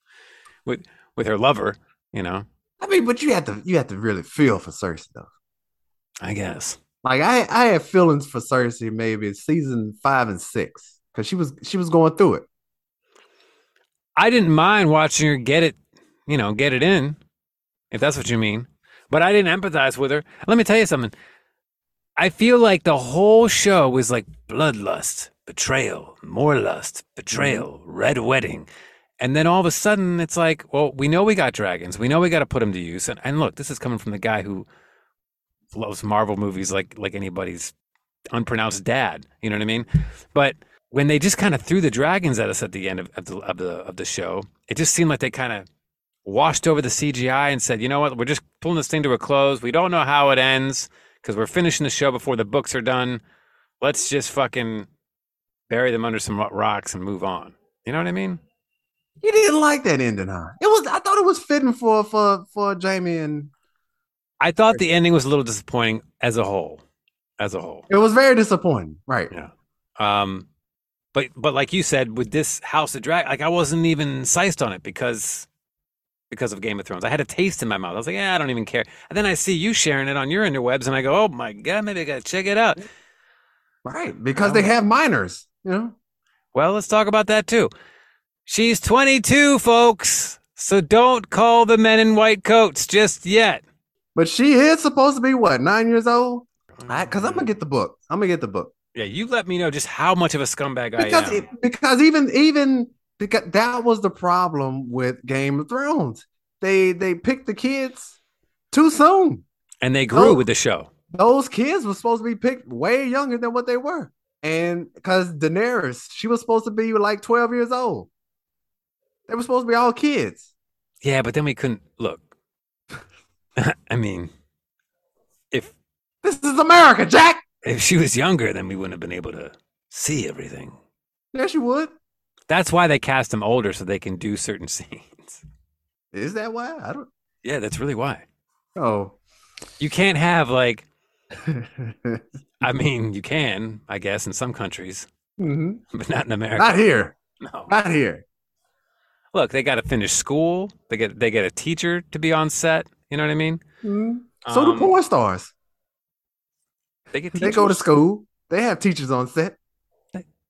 F: *laughs* with with her lover, you know.
G: I mean, but you have to you have to really feel for Cersei though.
F: I guess.
G: Like I I had feelings for Cersei maybe season five and six because she was she was going through it.
F: I didn't mind watching her get it, you know, get it in, if that's what you mean. But I didn't empathize with her. Let me tell you something. I feel like the whole show was like bloodlust, betrayal, more lust, betrayal, red wedding. And then all of a sudden, it's like, well, we know we got dragons. We know we got to put them to use. And, and look, this is coming from the guy who loves Marvel movies like like anybody's unpronounced dad. You know what I mean? But when they just kind of threw the dragons at us at the end of, of the of the of the show, it just seemed like they kind of washed over the CGI and said, you know what, we're just pulling this thing to a close. We don't know how it ends because we're finishing the show before the books are done. Let's just fucking bury them under some ro- rocks and move on. You know what I mean?
G: You didn't like that ending, huh? It was I thought it was fitting for for for Jamie and
F: I thought the ending was a little disappointing as a whole. As a whole.
G: it was very disappointing. Right.
F: Yeah. Um, but but like you said, with this House of Drag, like I wasn't even sized on it because because of Game of Thrones. I had a taste in my mouth. I was like, yeah, I don't even care. And then I see you sharing it on your interwebs, and I go, oh my god, maybe I gotta check it out.
G: Right. Because they have minors, you know?
F: Well, let's talk about that too. She's 22, folks. So don't call the men in white coats just yet.
G: But she is supposed to be what, nine years old? Because I'm gonna get the book. I'm gonna get the book
F: Yeah, you let me know just how much of a scumbag
G: because
F: I am.
G: it, because even even because that was the problem with Game of Thrones. They they picked the kids too soon.
F: and they grew
G: Oh.
F: with the show.
G: Those kids were supposed to be picked way younger than what they were, and because Daenerys, she was supposed to be like 12 years old. They were supposed to be all kids.
F: Yeah, but then we couldn't look. *laughs* I mean, if
G: This is America, Jack.
F: if she was younger, then we wouldn't have been able to see everything.
G: Yes, you would.
F: That's why they cast them older so they can do certain *laughs* scenes.
G: Is that why? I don't.
F: Yeah, that's really why.
G: Oh.
F: You can't have
G: *laughs*
F: like I mean, you can, I guess, in some countries,
G: Mhm.
F: *laughs* but not in America.
G: Not here.
F: No.
G: Not here.
F: Look, they got to finish school. They get they get a teacher to be on set. You know what I mean?
G: Mhm. So
F: Um,
G: do porn stars.
F: They get
G: *laughs* They go to
F: teachers.
G: school. They have teachers on set,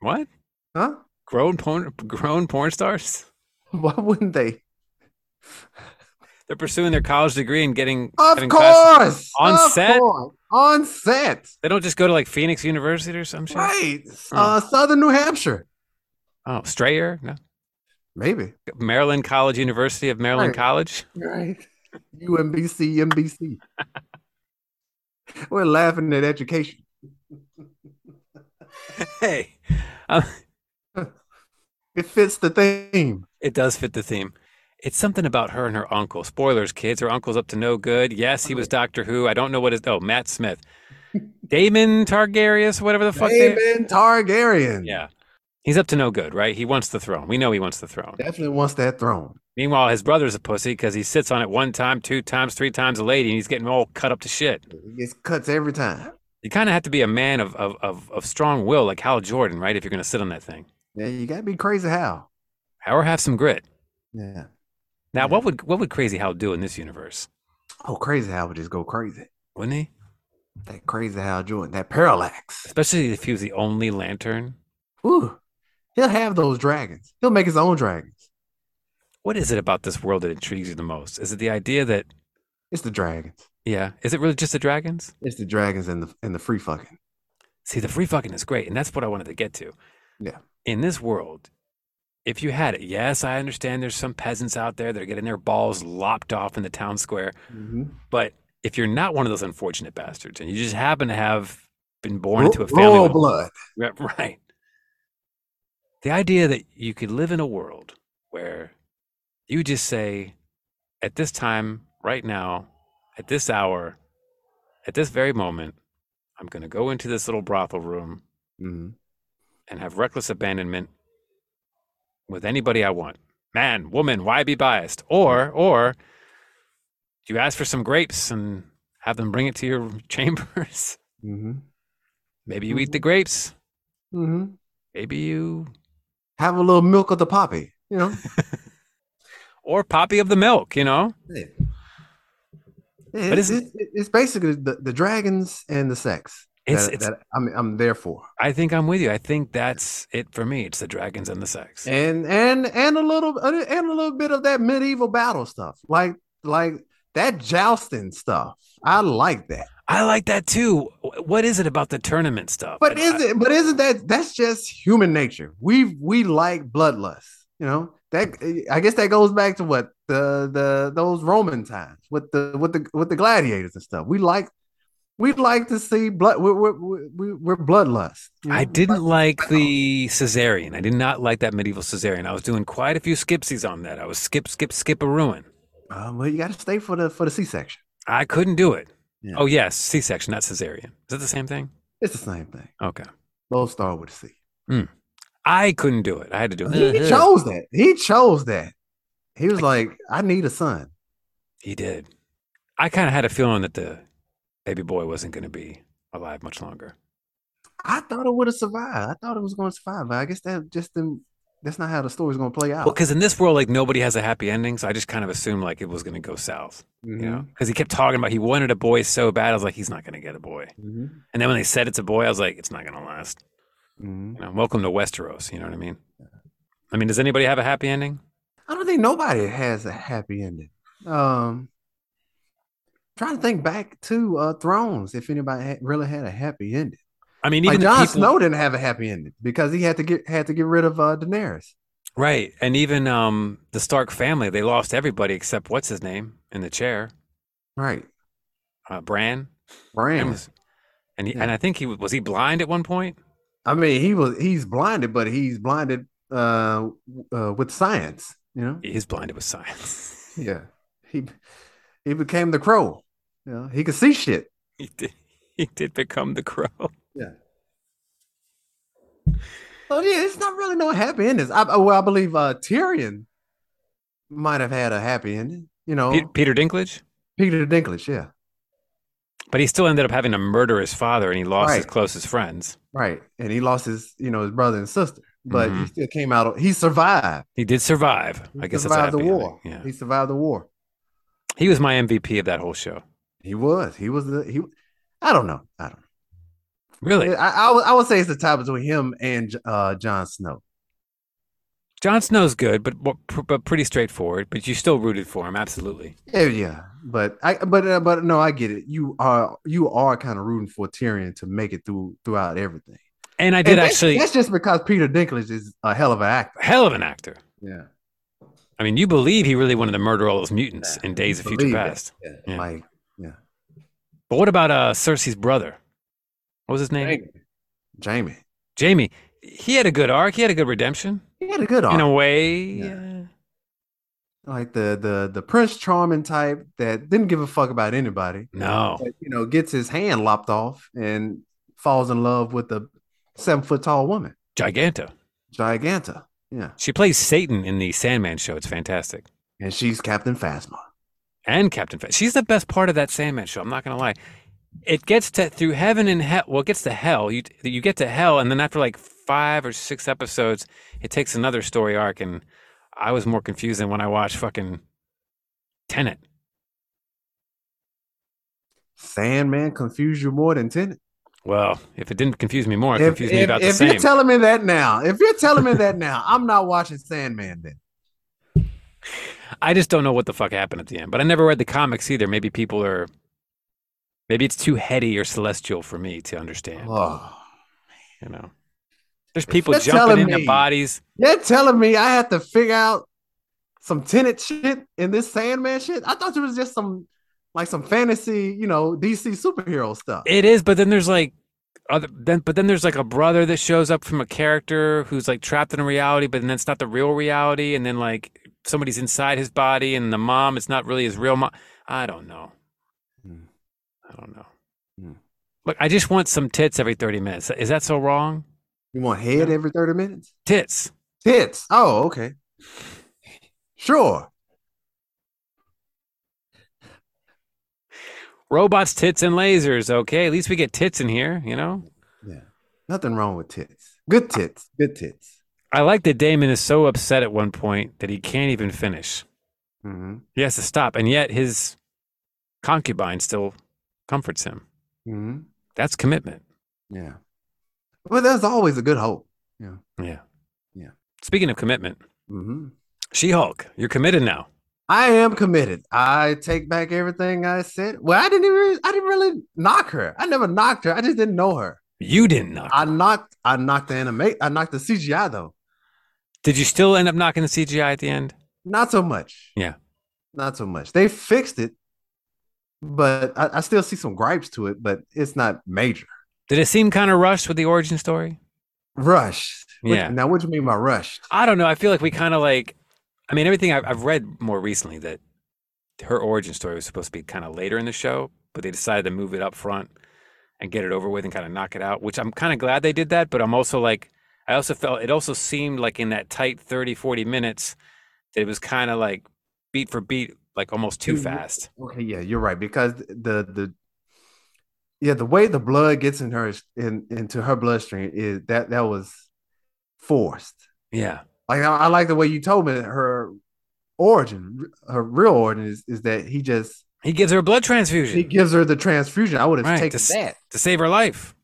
F: what?
G: huh?
F: Grown porn grown porn stars?
G: *laughs* Why wouldn't they?
F: They're pursuing their college degree and getting
G: Of
F: having classes.
G: course,
F: On
G: Of
F: set?
G: course. on set,
F: They don't just go to like Phoenix University or some shit. Hmm.
G: right? Uh, Southern New Hampshire,
F: Oh, Strayer, no.
G: maybe.
F: Maryland College University of Maryland
G: Right.
F: College.
G: Right. UMBC, MBC. We're laughing at education.
F: *laughs* Hey, um,
G: It fits the theme.
F: it does fit the theme. It's something about her and her uncle. Spoilers, kids. Her uncle's up to no good. Yes, he was Doctor Who. I don't know what his. Oh, Matt *laughs* Smith, Damon Targaryen, whatever the fuck. they-
G: Damon Targaryen
F: Yeah, he's up to no good, right? He wants the throne. We know he wants the throne.
G: definitely wants that throne.
F: Meanwhile, his brother's a pussy because he sits on it one time, two times, three times a lady, and he's getting all cut up to shit.
G: He gets cuts every time.
F: You kind of have to be a man of, of of of strong will, like Hal Jordan, right? If you're going to sit on that thing,
G: Yeah, you gotta be crazy how.
F: or have some grit.
G: Yeah.
F: Now, what would what would Crazy Hal do in this universe?
G: Oh, crazy how would just go crazy.
F: Wouldn't he?
G: That crazy Hal Jordan, that parallax.
F: Especially if he was the only lantern.
G: Ooh, he'll have those dragons. He'll make his own dragons.
F: What is it about this world that intrigues you the most? Is it the idea that
G: It's the dragons.
F: yeah, is it really just the dragons?
G: It's the dragons and the and the free fucking.
F: See, the free fucking is great, and that's what I wanted to get to.
G: Yeah.
F: In this world, if you had it, yes, I understand there's some peasants out there that are getting their balls lopped off in the town square.
G: Mm-hmm.
F: But if you're not one of those unfortunate bastards and you just happen to have been born into a
G: Ro-
F: family
G: royal
F: with-
G: blood.
F: Ri- *laughs* Right. The idea that you could live in a world where you just say, at this time, right now, at this hour, at this very moment, I'm going to go into this little brothel room
G: Mhm.
F: and have reckless abandonment with anybody I want. Man, woman, why be biased? Or, or you ask for some grapes and have them bring it to your *laughs* chambers.
G: Mhm.
F: Maybe you eat the grapes.
G: Mhm.
F: Maybe you
G: Have a little milk of the poppy. You *laughs* know.
F: or Poppy of the Milk, you know?
G: But it's,
F: isn't-
G: it's, it's basically the, the dragons and the sex
F: It's-
G: that,
F: it's-
G: that I'm, I'm there for,
F: I think I'm with you. I think that's it for me. It's the dragons and the sex.
G: and and and a little uh, and a little bit of that medieval battle stuff, like like that jousting stuff. I like that.
F: I like that too. Wh- What is it about the tournament stuff?
G: But
F: I-
G: is it? But isn't that? That's just human nature. We we like bloodlust. You know that. I guess that goes back to what the the those Roman times with the with the with the gladiators and stuff. We like We'd like to see blood. We're we're, we're, we're bloodlust. you
F: I
G: know?
F: didn't like the cesarean. I did not like that medieval cesarean. I was doing quite a few skipsies on that. I was skip, skip, skip a ruin.
G: Uh, well, you got to stay for the for the C section.
F: I couldn't do it.
G: Yeah.
F: Oh yes, C-section, not cesarean. Is that the same thing?
G: It's the same thing.
F: Okay.
G: Both start with a C.
F: I couldn't do it. I had to do
G: He
F: it.
G: chose that. He chose that. He was like, "I need a son."
F: He did. I kind of had a feeling that the baby boy wasn't going to be alive much longer.
G: I thought it would have survived. I thought it was going to survive, but I guess that just didn't. That's not how the story's going to play out.
F: Well, because in this world, like nobody has a happy ending, so I just kind of assumed like it was going to go south. You know, because he kept talking about he wanted a boy so bad. I was like, he's not going to get a boy.
G: Mhm.
F: And then when they said it's a boy, I was like, it's not going to last.
G: Mhm.
F: You know, welcome to Westeros. You know what I mean? I mean, does anybody have a happy ending?
G: I don't think nobody has a happy ending. Um, trying to think back to uh, Thrones, if anybody had, really had a happy ending.
F: I mean,
G: Like
F: even the
G: Jon
F: people-
G: Snow didn't have a happy ending because he had to get had to get rid of uh, Daenerys.
F: Right. And even um the Stark family, they lost everybody except what's his name in the chair,
G: Right,
F: uh, Bran. Bran
G: Bran.
F: was- and he, and I think he was he blind at one point?
G: I mean, he was he's blinded, but he's blinded uh, w- uh, with science. You know,
F: He's blinded with science. *laughs*
G: yeah. He he became the crow. You know, he could see shit.
F: he did he did become the crow.
G: So Oh, yeah, it's not really no happy endings. I, I- well, I believe uh, Tyrion might have had a happy ending. You know,
F: Pe- Peter Dinklage?
G: Peter Dinklage. Yeah,
F: But he still ended up having to murder his father and he lost his
G: Right.
F: closest friends.
G: right. And he lost his, you know, his brother and sister, but he
F: Mhm.
G: still came out. He survived.
F: He did survive.
G: He
F: I guess that's a
G: survived the
F: happy ending,
G: war.
F: Yeah.
G: He survived the war.
F: He was my MVP of that whole show.
G: He was. He was the. He. I don't know. I don't.
F: Really?
G: Know. I, I would. I would say it's the tie between him and uh, Jon Snow.
F: Jon Snow's good, but but- but pretty straightforward, but you still rooted for him absolutely.
G: Yeah, Eh, yeah. But I. But uh, but no, I get it. You are. You are kind of rooting for Tyrion to make it through throughout everything.
F: And I did
G: And that's-
F: actually
G: That's just because Peter Dinklage is a hell of an actor.
F: hell of an actor.
G: Yeah.
F: I mean, you believe he really wanted to murder all those mutants in Days of Future
G: Believe it.
F: Past. Yeah.
G: Like
F: But what about uh, Cersei's brother? What was his name?
G: Jamie.
F: Jamie. He had a good arc. He had a good redemption
G: He had a good arc.
F: in a way.
G: Yeah.
F: uh,
G: like the the the Prince Charming type that didn't give a fuck about anybody,
F: No,
G: but you know, gets his hand lopped off and falls in love with a seven foot tall woman,
F: Giganta.
G: Giganta. Yeah,
F: She plays Satan in the Sandman show. It's fantastic.
G: and she's Captain Phasma.
F: And Captain Fat. She's the best part of that Sandman show. I'm not gonna lie. It gets to through heaven and hell. Well, it gets to hell. You you get to hell, and then after like five or six episodes, it takes another story arc. And I was more confused than when I watched fucking Tenet.
G: Sandman confused you more than Tenet.
F: Well, if it didn't confuse me more, it
G: If,
F: confused me
G: if-
F: about the
G: if
F: same.
G: you're telling me that now, if you're telling me that now, I'm not watching Sandman
F: *laughs*
G: then.
F: I just don't know what the fuck happened at the end. But I never read the comics either. Maybe people are. Maybe it's too heady or celestial for me to understand.
G: Oh.
F: You know, there's people
G: you're
F: jumping
G: telling
F: into
G: me-
F: bodies.
G: You're telling me I had to figure out some tenant shit in this Sandman shit? I thought it was just some like some fantasy, you know, DC superhero stuff.
F: It is, but then there's like other then but then there's like a brother that shows up from a character who's like trapped in a reality, but then it's not the real reality, and then like somebody's inside his body and the mom, it's not really his real mom. I don't know.
G: Hmm.
F: I don't know.
G: Hmm.
F: Look, I just want some tits every 30 minutes. Is that so wrong?
G: You want head every 30 minutes?
F: Tits.
G: Tits. Oh, okay. Sure.
F: Robots, tits, and lasers. Okay, at least we get tits in here, you know?
G: Nothing wrong with tits. Good tits. Good tits.
F: I like that Damon is so upset at one point that he can't even finish.
G: Mm-hmm.
F: He has to stop, and yet his concubine still comforts him.
G: Mm-hmm.
F: That's commitment.
G: Yeah. But there's always a good hope.
F: Yeah.
G: Yeah.
F: Speaking of commitment,
G: Mm-hmm.
F: She Hulk, you're committed now.
G: I am committed. I take back everything I said. Well, I didn't even I didn't really knock her. I never knocked her. I just didn't know her.
F: You didn't knock.
G: I knocked I knocked the animate I knocked the CGI though.
F: Did you still end up knocking the CGI at the end?
G: Not so much.
F: Yeah.
G: Not so much. They fixed it. but I, I still see some gripes to it, but it's not major.
F: Did it seem kind of rushed with the origin story?
G: Rushed. Which-
F: Yeah.
G: now, what do you mean by rushed?
F: I don't know. I feel like we kind of like, I mean, everything I've, I've read more recently that her origin story was supposed to be kind of later in the show, but they decided to move it up front and get it over with and kind of knock it out, which I'm kind of glad they did that. But I'm also like, I also felt it also seemed like in that tight 30, 40 minutes that it was kind of like beat for beat, like almost too
G: Dude, yeah.
F: fast.
G: Okay, yeah, you're right because the the yeah the way the blood gets in her in into her bloodstream is that that was forced.
F: Yeah.
G: Like I, I like the way you told me that her origin, her real origin is is that he just
F: He gives her a blood
G: he
F: transfusion
G: gives her the transfusion. I would have
F: Right,
G: taken
F: this-
G: that.
F: to save her life.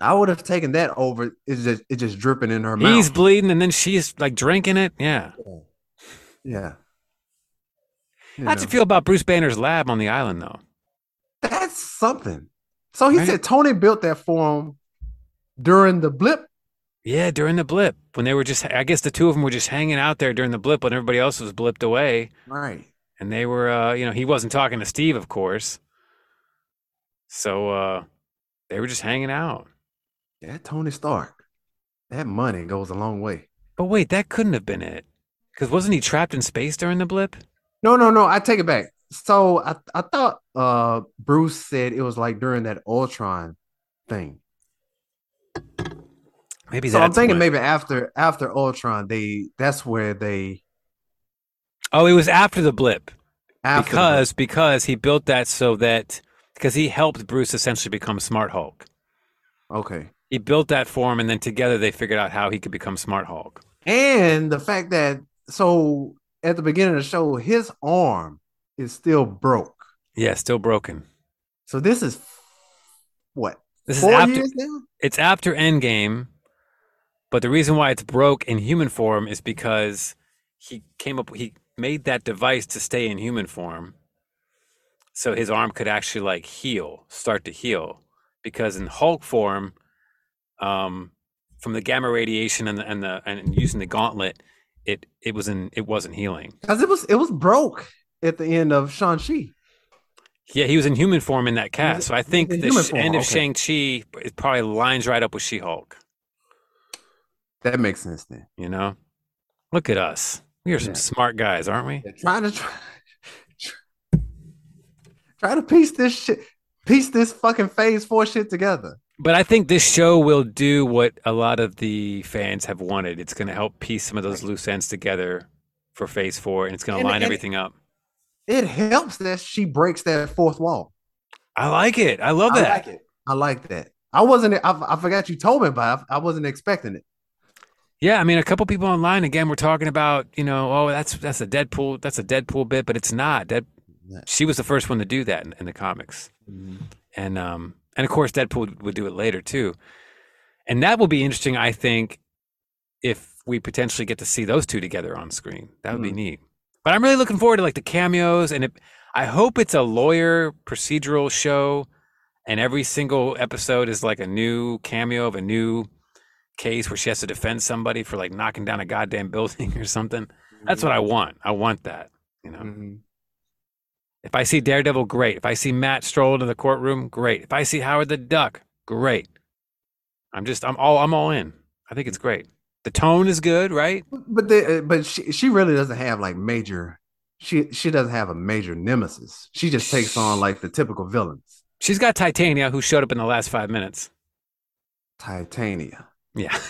G: I would have taken that over. It's just it's just dripping in her
F: He's
G: mouth.
F: bleeding and then she's like drinking it. Yeah.
G: Yeah. You
F: How'd you
G: know.
F: feel about Bruce Banner's lab on the island though?
G: That's something. So he
F: Right.
G: said Tony built that for him during the blip.
F: Yeah, during the blip, when they were just, I guess the two of them were just hanging out there during the blip when everybody else was blipped away.
G: Right.
F: And they were, uh, you know, he wasn't talking to Steve, of course. So uh, they were just hanging out.
G: That Tony Stark. That money goes a long way.
F: But wait, that couldn't have been it. Because wasn't he trapped in space during the blip?
G: No, no, no. I take it back. So I, I thought uh Bruce said it was like during that Ultron thing.
F: Maybe
G: So
F: that's
G: I'm thinking
F: when-
G: maybe after after Ultron, they that's where they
F: Oh, it was after the blip.
G: after the-
F: because because he built that so that because he helped Bruce essentially become Smart Hulk.
G: okay.
F: He built that for him, and then together they figured out how he could become Smart Hulk.
G: And the fact that so at the beginning of the show, his arm is still broke.
F: Yeah, still broken.
G: So this is what
F: This
G: four
F: is after
G: years now?
F: it's after Endgame, but the reason why it's broke in human form is because he came up he made that device to stay in human form so his arm could actually like heal, start to heal because in Hulk form um from the gamma radiation and the and the and using the gauntlet it it was in it wasn't healing.
G: Because it was it was broke at the end of Shang Chi.
F: Yeah, he was in human form in that cast. So I think
G: in
F: the
G: human
F: sh-
G: form,
F: end of
G: okay.
F: Shang-Chi it probably lines right up with She-Hulk.
G: That makes sense then.
F: You know, look at us. We are some
G: Yeah.
F: smart guys, aren't we?
G: They're trying to try, *laughs* try to piece this shit, piece this fucking phase four shit together.
F: But I think this show will do what a lot of the fans have wanted. It's going to help piece some of those loose ends together for phase four, and it's going to
G: And-
F: line
G: and-
F: everything up.
G: It helps that she breaks that fourth wall.
F: I like it. I love
G: I
F: that.
G: like it. I like that. I wasn't. I, I forgot you told me about. It. I wasn't expecting it.
F: Yeah, I mean, a couple people online again were talking about, you know, oh, that's that's a Deadpool, that's a Deadpool bit, but it's not. That she was the first one to do that in, in the comics, and um, and of course, Deadpool would, would do it later too, and that will be interesting, I think, if we potentially get to see those two together on screen. That would be neat. But I'm really looking forward to like the cameos, and it, I hope it's a lawyer procedural show, and every single episode is like a new cameo of a new case where she has to defend somebody for like knocking down a goddamn *laughs* building or something. That's what I
G: Mm-hmm.
F: want. I want that. You know,
G: Mhm.
F: if I see Daredevil, great. If I see Matt stroll into the courtroom, great. If I see Howard the Duck, great. I'm just, I'm all, I'm all in. I think it's great. The tone is good, right?
G: But the, uh, but she she really doesn't have like major. She she doesn't have a major nemesis. She just takes on like the typical villains.
F: She's got Titania, who showed up in the last five minutes.
G: Titania.
F: Yeah. *laughs*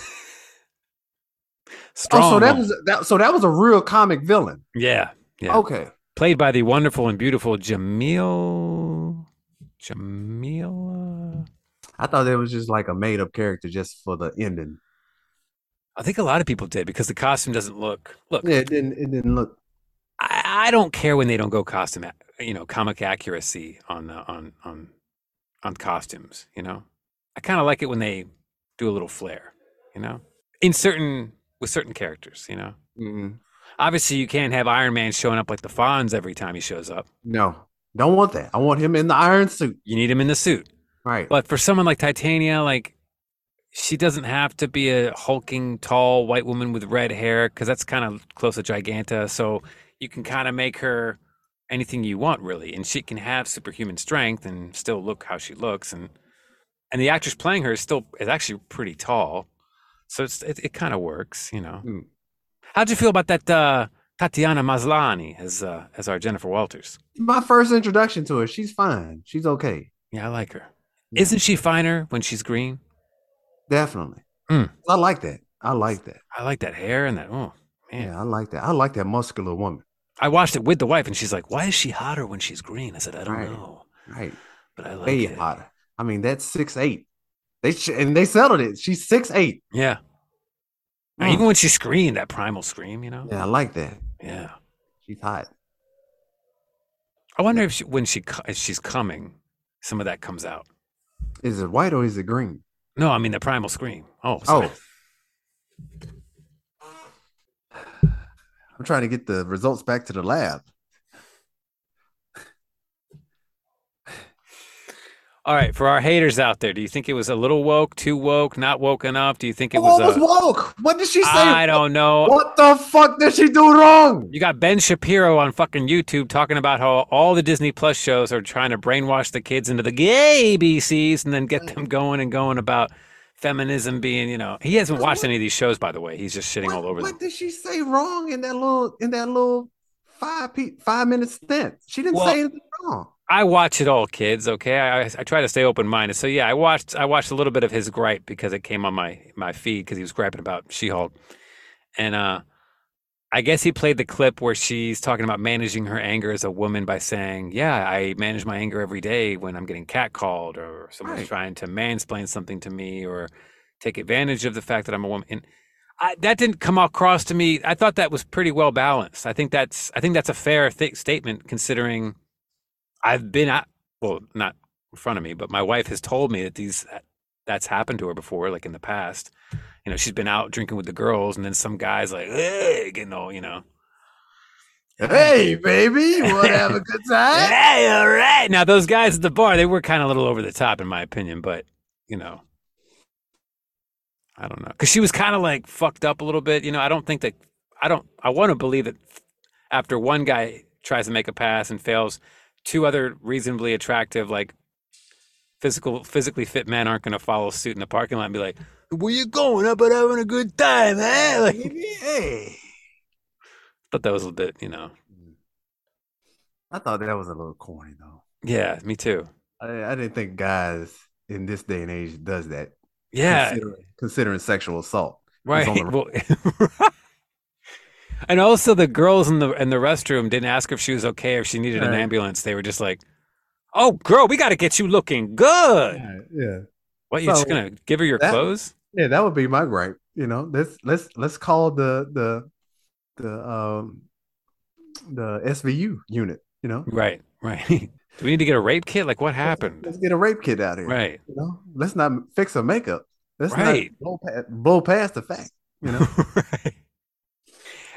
G: Oh,
F: Strong.
G: so that
F: woman.
G: was that. So that was a real comic villain.
F: yeah, yeah.
G: Okay.
F: played by the wonderful and beautiful Jamil. Jamila.
G: I thought it was just like a made up character just for the ending.
F: I think a lot of people did because the costume doesn't look. Look,
G: Yeah, it didn't. It didn't look.
F: I, I don't care when they don't go costume, ac- you know, comic accuracy on the on on on costumes. You know, I kind of like it when they do a little flair. You know, in certain with certain characters. You know, obviously you can't have Iron Man showing up like the Fonz every time he shows up.
G: No, don't want that. I want him in the iron suit.
F: You need him in the suit.
G: Right.
F: But for someone like Titania, like she doesn't have to be a hulking, tall white woman with red hair because that's kind of close to Giganta. So you can kind of make her anything you want really, and she can have superhuman strength and still look how she looks, and and the actress playing her is still is actually pretty tall, so it's it, it kind of works, you know.
G: Mm.
F: How'd you feel about that uh, Tatiana Maslany as uh, as our Jennifer Walters?
G: My first introduction to her, she's fine. She's okay.
F: Yeah, I like her.
G: Yeah.
F: Isn't she finer when she's green?
G: Definitely.
F: Mm.
G: I like that. I like that.
F: I like that hair and that. Oh man,
G: Yeah, I like that. I like that muscular woman.
F: I watched it with the wife, and she's like, "Why is she hotter when she's green?" I said, "I don't
G: Right.
F: know,
G: Right.
F: but I like
G: Way
F: it."
G: hotter. I mean, that's six eight. They sh- and they settled it. She's six eight.
F: Yeah. And
G: Mm.
F: Even when she screamed, that primal scream, you know.
G: Yeah, I like that.
F: Yeah.
G: She's hot.
F: I wonder if she, when she co- if she's coming, some of that comes out.
G: Is it white or is it green?
F: No, I mean the primal scream. Oh, sorry.
G: Oh. *sighs* I'm trying to get the results back to the lab.
F: All right, for our haters out there, do you think it was a little woke, too woke, not woke enough? Do you think it
G: What
F: was?
G: was
F: a-
G: woke? What did she say?
F: I don't know.
G: What the fuck did she do wrong?
F: You got Ben Shapiro on fucking YouTube talking about how all the Disney Plus shows are trying to brainwash the kids into the gay ABCs and then get them going and going about feminism being, you know, he hasn't watched any of these shows, by the way. He's just shitting
G: What,
F: all over
G: what
F: them.
G: did she say wrong in that little in that little five pe- five minute stint? She didn't
F: Well-
G: say anything wrong.
F: I watch it all, kids. Okay, I, I I try to stay open minded. So yeah, I watched I watched a little bit of his gripe because it came on my my feed because he was griping about She Hulk, and uh, I guess he played the clip where she's talking about managing her anger as a woman by saying, "Yeah, I manage my anger every day when I'm getting catcalled or someone's
G: Right.
F: trying to mansplain something to me or take advantage of the fact that I'm a woman." And I, that didn't come across to me. I thought that was pretty well balanced. I think that's I think that's a fair th- statement considering I've been at well, not in front of me, but my wife has told me that these that- that's happened to her before, like in the past. You know, she's been out drinking with the girls, and then some guys like hey, getting all you know.
G: Hey, baby,
F: *laughs*
G: you want to have a good time?
F: Hey, all right. Now those guys at the bar, they were kind of a little over the top, in my opinion. But you know, I don't know, because she was kind of like fucked up a little bit. You know, I don't think that I don't. I want to believe that after one guy tries to make a pass and fails, two other reasonably attractive, like physical, physically fit men aren't going to follow suit in the parking lot and be like, "Where you going? Up but having a good time, eh?" *laughs* Like,
G: hey.
F: but that was a bit, you know.
G: I thought that was a little corny though.
F: Yeah, me too.
G: I, I didn't think guys in this day and age does that.
F: Yeah,
G: considering, considering sexual assault.
F: Right.
G: was
F: *laughs*
G: on the
F: well- and also the girls in the in the restroom didn't ask her if she was okay or if she needed an
G: Right.
F: ambulance. They were just like, "Oh, girl, we got to get you looking good."
G: Yeah,
F: What you just
G: So,
F: gonna give her your
G: that-
F: clothes?
G: yeah, that would be my gripe. You know, let's let's let's call the the the um the SVU unit. You know,
F: Right. Right. *laughs* Do we need to get a rape kit? Like, what happened?
G: let's get a rape kit out here. *laughs*
F: Right.
G: You know, let's not fix her makeup. Let's
F: Right.
G: not blow past, blow past the fact. You know,
F: right.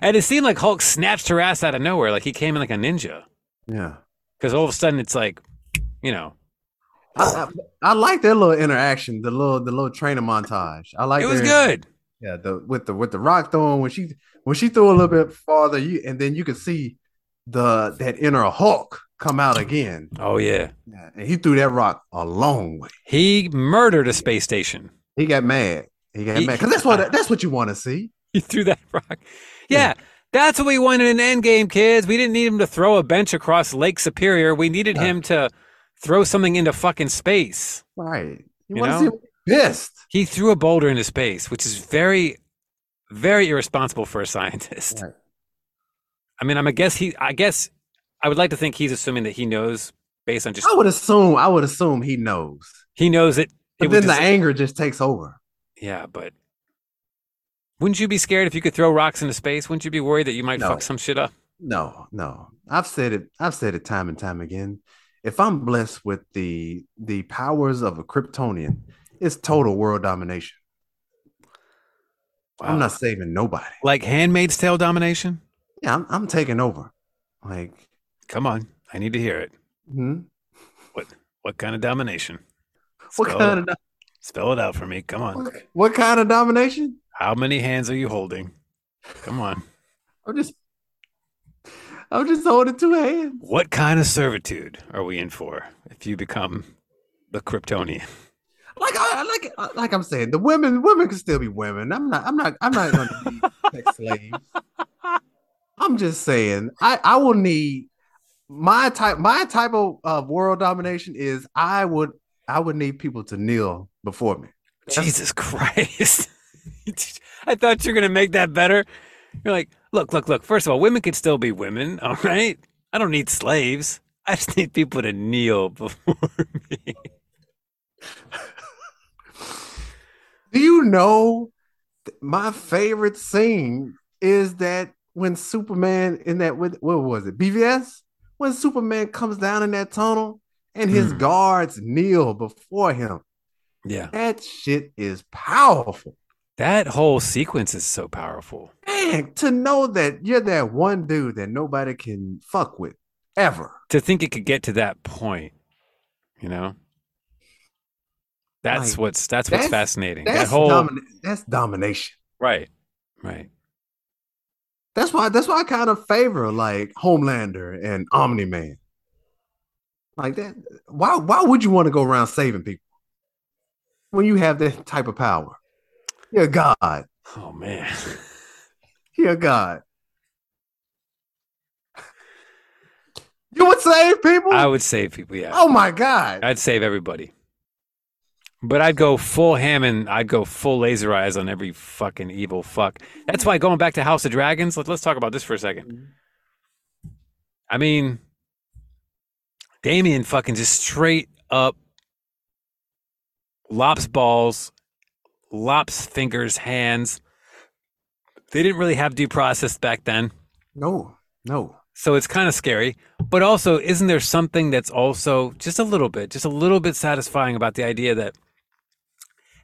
F: And it seemed like Hulk snatched her ass out of nowhere. Like he came in like a ninja.
G: yeah.
F: Because all of a sudden it's like, you know,
G: I, I, I like their little interaction, the little the little trainer montage. I like
F: it was
G: their-
F: good.
G: Yeah, the with the with the rock throwing when she when she threw a little bit farther, you and then you could see the that inner Hulk come out again.
F: Oh yeah.
G: Yeah, and he threw that rock a long way.
F: He murdered a space station.
G: He got mad. He got
F: He-
G: mad because that's what that's what you want to see.
F: *laughs* He threw that rock. Yeah, that's what we wanted in Endgame, kids. We didn't need him to throw a bench across Lake Superior. We needed him to throw something into fucking space.
G: Right.
F: You
G: You, want to
F: know?
G: see him pissed.
F: He threw a boulder into space, which is very, very irresponsible for a scientist.
G: Right.
F: I mean, I'm a guess he. I guess I would like to think he's assuming that he knows based on just
G: I would assume. I would assume he knows.
F: he knows it.
G: But
F: was
G: then the
F: dis-
G: anger just takes over.
F: yeah, but wouldn't you be scared if you could throw rocks into space? Wouldn't you be worried that you might
G: No.
F: fuck some shit up?
G: No, no. I've said it. I've said it time and time again. If I'm blessed with the the powers of a Kryptonian, it's total world domination. I'm
F: Wow.
G: not saving nobody.
F: like Handmaid's Tale domination.
G: Yeah, I'm, I'm taking over. Like,
F: Come on, I need to hear it.
G: hmm?
F: What kind of domination?
G: what
F: Spell
G: kind
F: it-
G: of do-
F: spell it out for me? Come on.
G: what, what kind of domination?
F: How many hands are you holding? Come on.
G: I'm just I'm just holding two hands.
F: What kind of servitude are we in for if you become the
G: *laughs*
F: Kryptonian?
G: Like I like I- like I'm saying, the women women can still be women. I'm not I'm not I'm not gonna be sex slaves. I'm just saying I I will need my type my type of uh, world domination is I would I would need people to kneel before me.
F: Jesus Christ. *laughs* I thought you were going to make that better. You're like, look, look, look. First of all, women could still be women, *laughs* all right? I don't need slaves. I just need people to kneel *laughs* before me.
G: Do you know th- my favorite scene is that when Superman in that with what was it BVS when Superman comes down in that tunnel and his
F: Hmm.
G: guards kneel before him.
F: Yeah.
G: That shit is powerful.
F: That whole sequence is so powerful.
G: Man, to know that you're that one dude that nobody can fuck with ever.
F: To think it could get to that point, you know? That's
G: Like,
F: what's that's what's
G: that's-
F: fascinating.
G: That's
F: that whole
G: domin- that's domination.
F: right. Right.
G: That's why that's why I kind of favor like Homelander and Omni Man. Like that. Why why would you want to go around saving people when you have that type of power? You're a god.
F: Oh man.
G: You're a god. *laughs* You would save people?
F: I would save people, yeah.
G: oh my god.
F: I'd save everybody. But I'd go full Hammond. I'd go full laser eyes on every fucking evil fuck. That's why going back to House of Dragons. Let, let's talk about this for a second. I mean, Damien fucking just straight up lops balls, lops fingers, hands. They didn't really have due process back then.
G: No, no.
F: So it's kind of scary, but also isn't there something that's also just a little bit, just a little bit satisfying about the idea that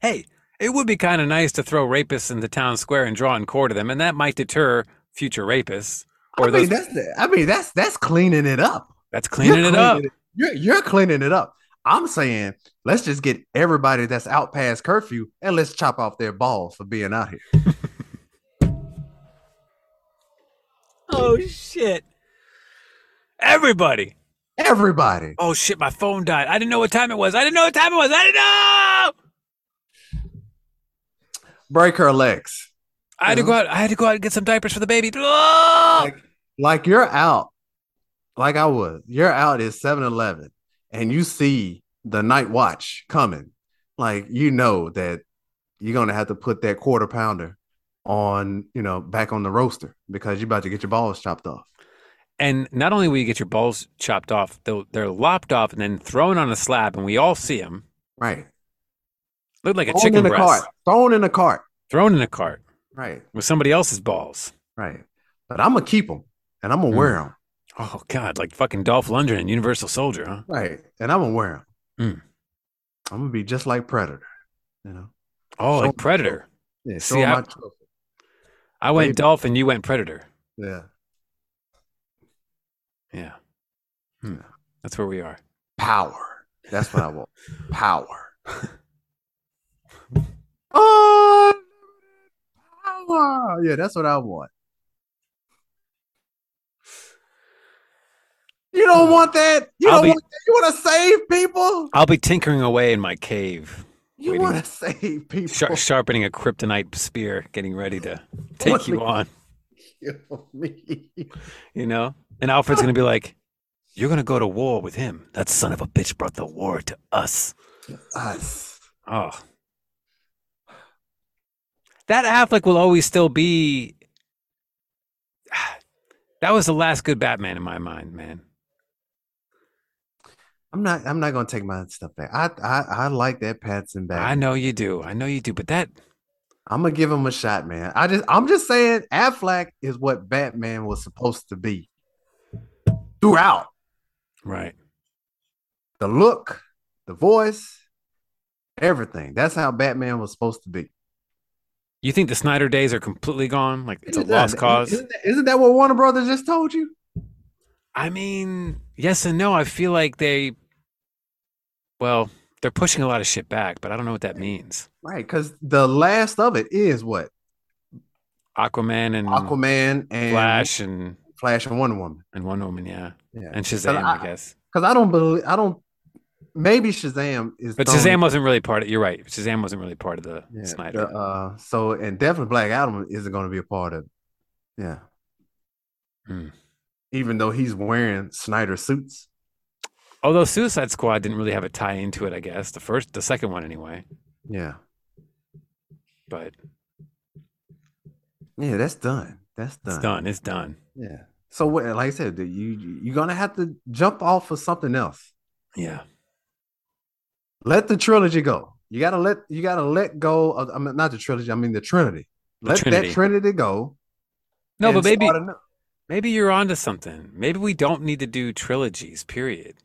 F: hey, it would be kind of nice to throw rapists in the town square and draw in core to them and that might deter future rapists or
G: I
F: those
G: mean, that's the, I mean that's that's cleaning it up.
F: that's cleaning
G: You're
F: it up.
G: You're, you're cleaning it up. I'm saying let's just get everybody that's out past curfew and let's chop off their balls for being out here.
F: Oh shit. Everybody.
G: Everybody.
F: Oh shit, my phone died. I didn't know what time it was. I didn't know what time it was. I didn't know.
G: Break her legs.
F: I had to
G: Yeah.
F: go out. I had to go out and get some diapers for the baby. Oh!
G: Like, like you're out. Like I was. You're out at 7 Eleven and you see the night watch coming. Like you know that you're gonna have to put that quarter pounder on, you know, back on the roaster because you're about to get your balls chopped off.
F: And not only will you get your balls chopped off, they'll, they're lopped off and then thrown on a slab, and we all see them.
G: Right.
F: Look like a
G: Thrown
F: chicken
G: in a
F: breast.
G: cart. Thrown in a cart.
F: Thrown in a cart
G: Right.
F: with somebody else's balls.
G: Right. But I'm gonna keep them and I'm
F: Mm.
G: gonna wear them.
F: Oh, God, like fucking Dolph Lundgren and Universal Soldier, huh?
G: Right. And I'm gonna wear
F: Mm.
G: them. I'm gonna be just like Predator, you know.
F: Oh,
G: Show 'em
F: like Predator.
G: Yeah.
F: See,
G: show 'em
F: I-
G: my trophy.
F: I went
G: Baby.
F: Dolph and you went Predator.
G: Yeah.
F: Yeah. Hmm. That's where we are.
G: Power. That's what I want. Power.
F: *laughs*
G: oh, power. Yeah, that's what I want. You don't want that. You
F: I'll
G: don't
F: be-
G: want that. You want to save people.
F: I'll be tinkering away in my cave,
G: You
F: Waiting.
G: want to save people. *laughs*
F: shar sharpening a kryptonite spear, getting ready to take you
G: Holy-
F: on,
G: Kill me.
F: you know? And Alfred's going to be like, You're going to go to war with him. That son of a bitch brought the war to us.
G: Us.
F: Oh. That Affleck will always still be. *sighs* That was the last good Batman in my mind, man.
G: I'm not. I'm not gonna take my stuff back. I I, I like that Patson
F: I
G: back.
F: know you do. I know you do. But that,
G: I'm gonna give him a shot, man. I just. I'm just saying, Affleck is what Batman was supposed to be. Throughout
F: right.
G: the look, the voice, everything. That's how Batman was supposed to be.
F: You think the Snyder days are completely gone? Like it's a
G: Isn't that-
F: lost cause?
G: Isn't that, isn't that what Warner Brothers just told you?
F: I mean, yes and no. I feel like they, well, they're pushing a lot of shit back, but I don't know what that means.
G: Right, because the last of it is what
F: Aquaman and
G: Aquaman and
F: Mm. Flash and
G: Flash and Wonder Woman.
F: and Wonder Woman, yeah,
G: Yeah,
F: and
G: Because
F: Shazam, I,
G: I-
F: guess.
G: because I don't believe I don't. Maybe Shazam is,
F: But
G: thrown-
F: Shazam wasn't really part of. You're right. Shazam wasn't really part of the
G: yeah,
F: Snyder.
G: the, uh, so and definitely Black Adam isn't going to be a part of. It. Yeah.
F: Hmm.
G: Even though he's wearing Snyder suits,
F: Although Suicide Squad didn't really have a tie into it, I guess the first, the second one anyway.
G: yeah,
F: But
G: yeah, that's done. That's done.
F: it's done. It's done.
G: Yeah. So what? Like I said, you you- you're gonna have to jump off of something else.
F: Yeah.
G: Let the trilogy go. You gotta let you gotta let go of. I mean, not the trilogy. I mean the Trinity.
F: The
G: let
F: Trinity.
G: that Trinity go.
F: No, but
G: and
F: maybe
G: start ano-
F: maybe you're onto something. Maybe we don't need to do trilogies. Period.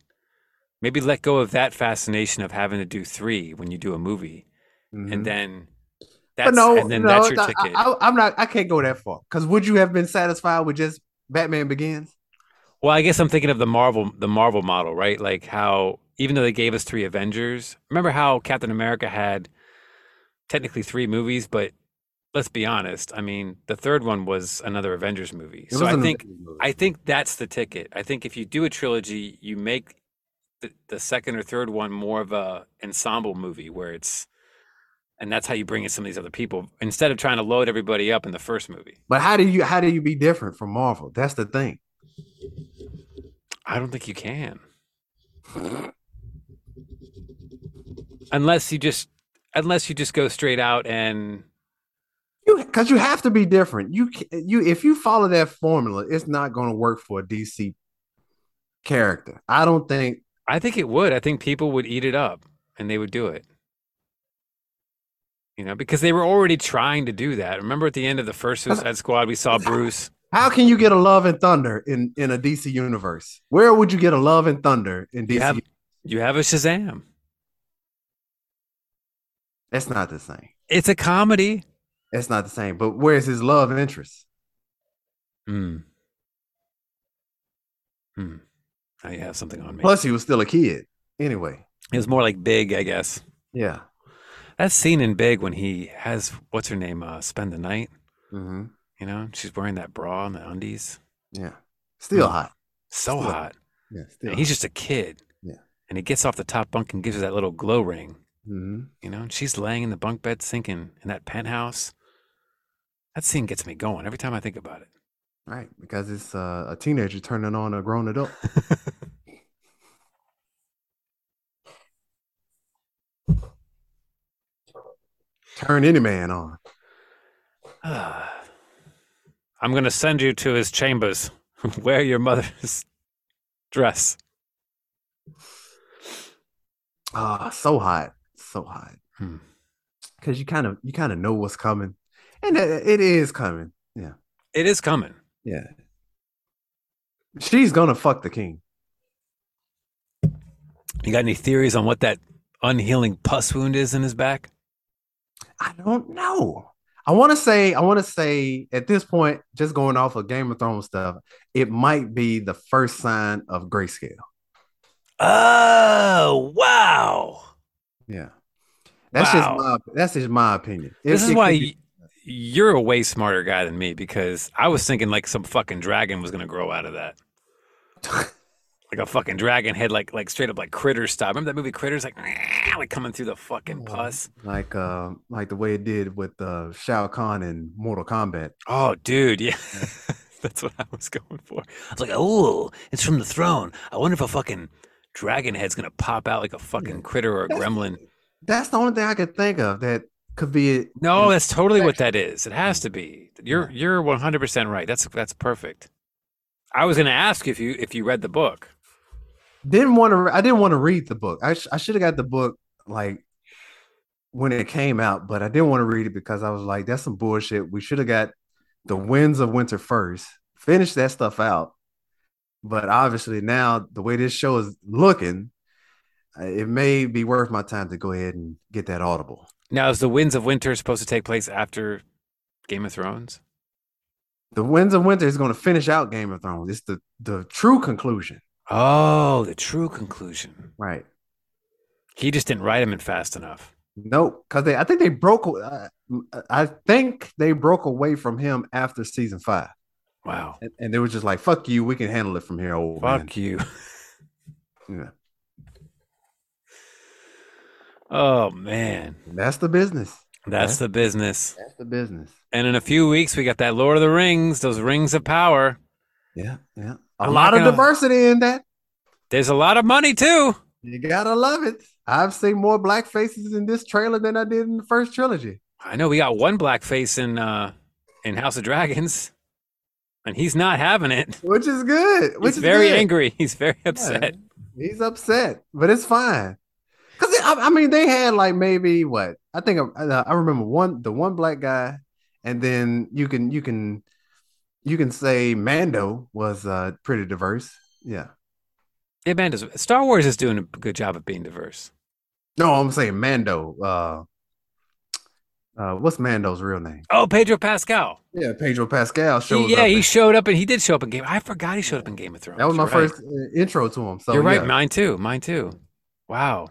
F: Maybe let go of that fascination of having to do three when you do a movie,
G: Mhm.
F: and then that's
G: But no,
F: and then
G: no,
F: that's your
G: I-
F: ticket.
G: I, I, am not. I can't go that far. Because would you have been satisfied with just Batman Begins?
F: Well, I guess I'm thinking of the Marvel the Marvel model, right? Like how even though they gave us three Avengers, remember how Captain America had technically three movies, but let's be honest, I mean, the third one was another Avengers movie.
G: It
F: so I
G: wasn't a
F: think
G: Batman movie.
F: I think that's the ticket. I think if you do a trilogy, you make the, the second or third one more of a ensemble movie where it's and that's how you bring in some of these other people instead of trying to load everybody up in the first movie.
G: But how do you how do you be different from Marvel? That's the thing.
F: I don't think you can. unless you just unless you just go straight out and
G: You because you have to be different. You ca- you if you follow that formula, it's not going to work for a DC character. I don't think.
F: I think it would. I think people would eat it up and they would do it. You know, because they were already trying to do that. Remember at the end of the first Suicide Squad, we saw Bruce.
G: How can you get a Love and Thunder in in a DC universe? Where would you get a Love and Thunder in
F: You
G: DC?
F: have you have a Shazam.
G: That's not the same.
F: It's a comedy.
G: That's not the same. But where's his love interest?
F: Hmm. Hmm. Now you have something on me.
G: Plus, he was still a kid anyway.
F: It was more like big, I guess.
G: Yeah.
F: That scene in Big when he has what's her name uh, spend the night.
G: Mm-hmm.
F: You know, she's wearing that bra and the undies.
G: Yeah. Still
F: Mm.
G: hot.
F: So
G: Still.
F: hot.
G: Yeah. Still.
F: And he's just a kid.
G: Yeah.
F: And he gets off the top bunk and gives her that little glow ring.
G: hmm
F: You know, and she's laying in the bunk bed sinking in that penthouse. That scene gets me going every time I think about it.
G: Right. Because it's uh, a teenager turning on a grown *laughs* adult. Turn any man on.
F: I'm going to send you to his chambers. *laughs* Wear your mother's *laughs* dress.
G: Ah, so hot. So hot.
F: Hmm.
G: Because you kind of you kind of know what's coming. And it- it is coming. Yeah.
F: It is coming.
G: Yeah. She's gonna fuck the king.
F: You got any theories on what that unhealing pus wound is in his back?
G: I don't know. I want to say, I want to say at this point, just going off of Game of Thrones stuff, it might be the first sign of grayscale.
F: Oh, wow.
G: Yeah. That's
F: Wow.
G: just my that's just my opinion. It-
F: This is
G: it
F: why
G: could be-
F: y- you're a way smarter guy than me because I was thinking like some fucking dragon was gonna grow out of
G: *laughs*
F: that. like a fucking dragon head, like like straight up like critter style. Remember that movie Critters? Like, *sniffs* like coming through the fucking
G: Oh.
F: pus.
G: like uh like the way it did with uh Shao Kahn in Mortal Kombat.
F: Oh, dude, yeah. *laughs* That's what I was going for. I was like, oh, it's from the throne. I wonder if a fucking dragon head's gonna pop out like a fucking critter or a
G: That's-
F: gremlin.
G: That's the only thing I could think of that could be it.
F: No, that's totally what that is. It has to be. You're you're 100% right. That's that's perfect. I was going to ask if you if you read the book.
G: Didn't want to I didn't want to read the book. I sh- I should have got the book like when it came out, but I didn't want to read it because I was like, that's some bullshit. We should have got the Winds of Winter first, finish that stuff out. But obviously now the way this show is looking, uh, it may be worth my time to go ahead and get that audible.
F: Now is the Winds of Winter supposed to take place after Game of Thrones?
G: The Winds of Winter is going to finish out Game of Thrones. It's the the true conclusion,
F: Oh, the true conclusion.
G: right?
F: He just didn't write him in fast enough.
G: Nope, because they I think they broke. Uh, I think they broke away from him after season five.
F: Wow.
G: And, and they were just like, "Fuck you, we can handle it from here, old
F: Fuck you.
G: man." Yeah.
F: Oh man,
G: That's the business.
F: that's the business.
G: That's the business.
F: And in a few weeks, we got that Lord of the Rings, those rings of power.
G: Yeah, yeah. A
F: I'm
G: lot
F: not
G: of
F: gonna-
G: diversity in that.
F: There's a lot of money too.
G: You gotta love it. I've seen more black faces in this trailer than I did in the first trilogy.
F: I know we got one blackface in uh in House of Dragons, and he's not having it.
G: Which is good. Which
F: he's
G: is
F: very
G: good.
F: angry. *laughs* He's very upset.
G: He's upset, but it's fine. Cause it- I, I mean, they had like maybe what I think I, I remember one the one black guy, and then you can you can you can say Mando was uh pretty diverse. Yeah.
F: Yeah, man. does- Star Wars is doing a good job of being diverse.
G: No, I'm saying Mando. Uh, uh, what's Mando's real name?
F: Oh, Pedro Pascal.
G: Yeah, Pedro Pascal
F: He-
G: shows
F: yeah,
G: up.
F: he
G: in-
F: showed up, and he did show up in Game. I forgot he showed up in Game of Thrones.
G: that was my
F: You're right.
G: first uh, intro to him. So
F: You're right.
G: yeah,
F: Mine too. Mine too. Wow.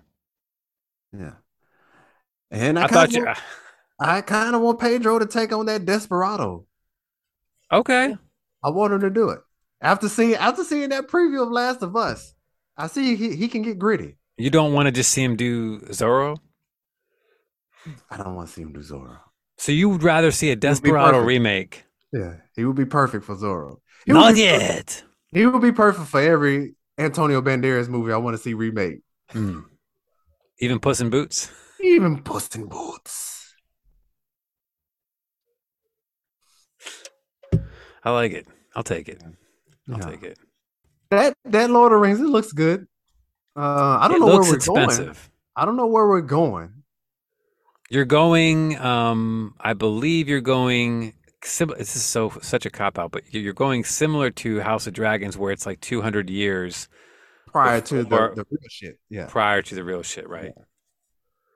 G: Yeah. And I,
F: I,
G: kinda
F: thought you. uh,
G: want- I kind of want Pedro to take on that desperado.
F: uh, Okay.
G: I want him to do it. After seeing after seeing that preview of Last of Us, I see he, he can get gritty.
F: You don't want to just see him do Zorro.
G: I don't want to see him do Zorro.
F: So you would rather see a Desperado
G: perfect.
F: remake?
G: Yeah, he would be perfect for Zorro. He would
F: Not
G: be-
F: yet.
G: He would be perfect for every Antonio Banderas movie I want to see remade.
F: Hmm. Even Puss in Boots.
G: Even Puss in Boots.
F: I like it. I'll take it. I'll
G: Yeah.
F: take it.
G: That that Lord of the Rings, it looks good. Uh, I don't
F: it
G: know
F: looks
G: where we're
F: expensive.
G: going. I don't know where we're going.
F: You're going. Um, I believe you're going. Sim- this is so such a cop out, but you- you're going similar to House of Dragons, where it's like 200 years
G: Prior to the,
F: Before-
G: the real shit. Yeah.
F: prior to the real shit, right?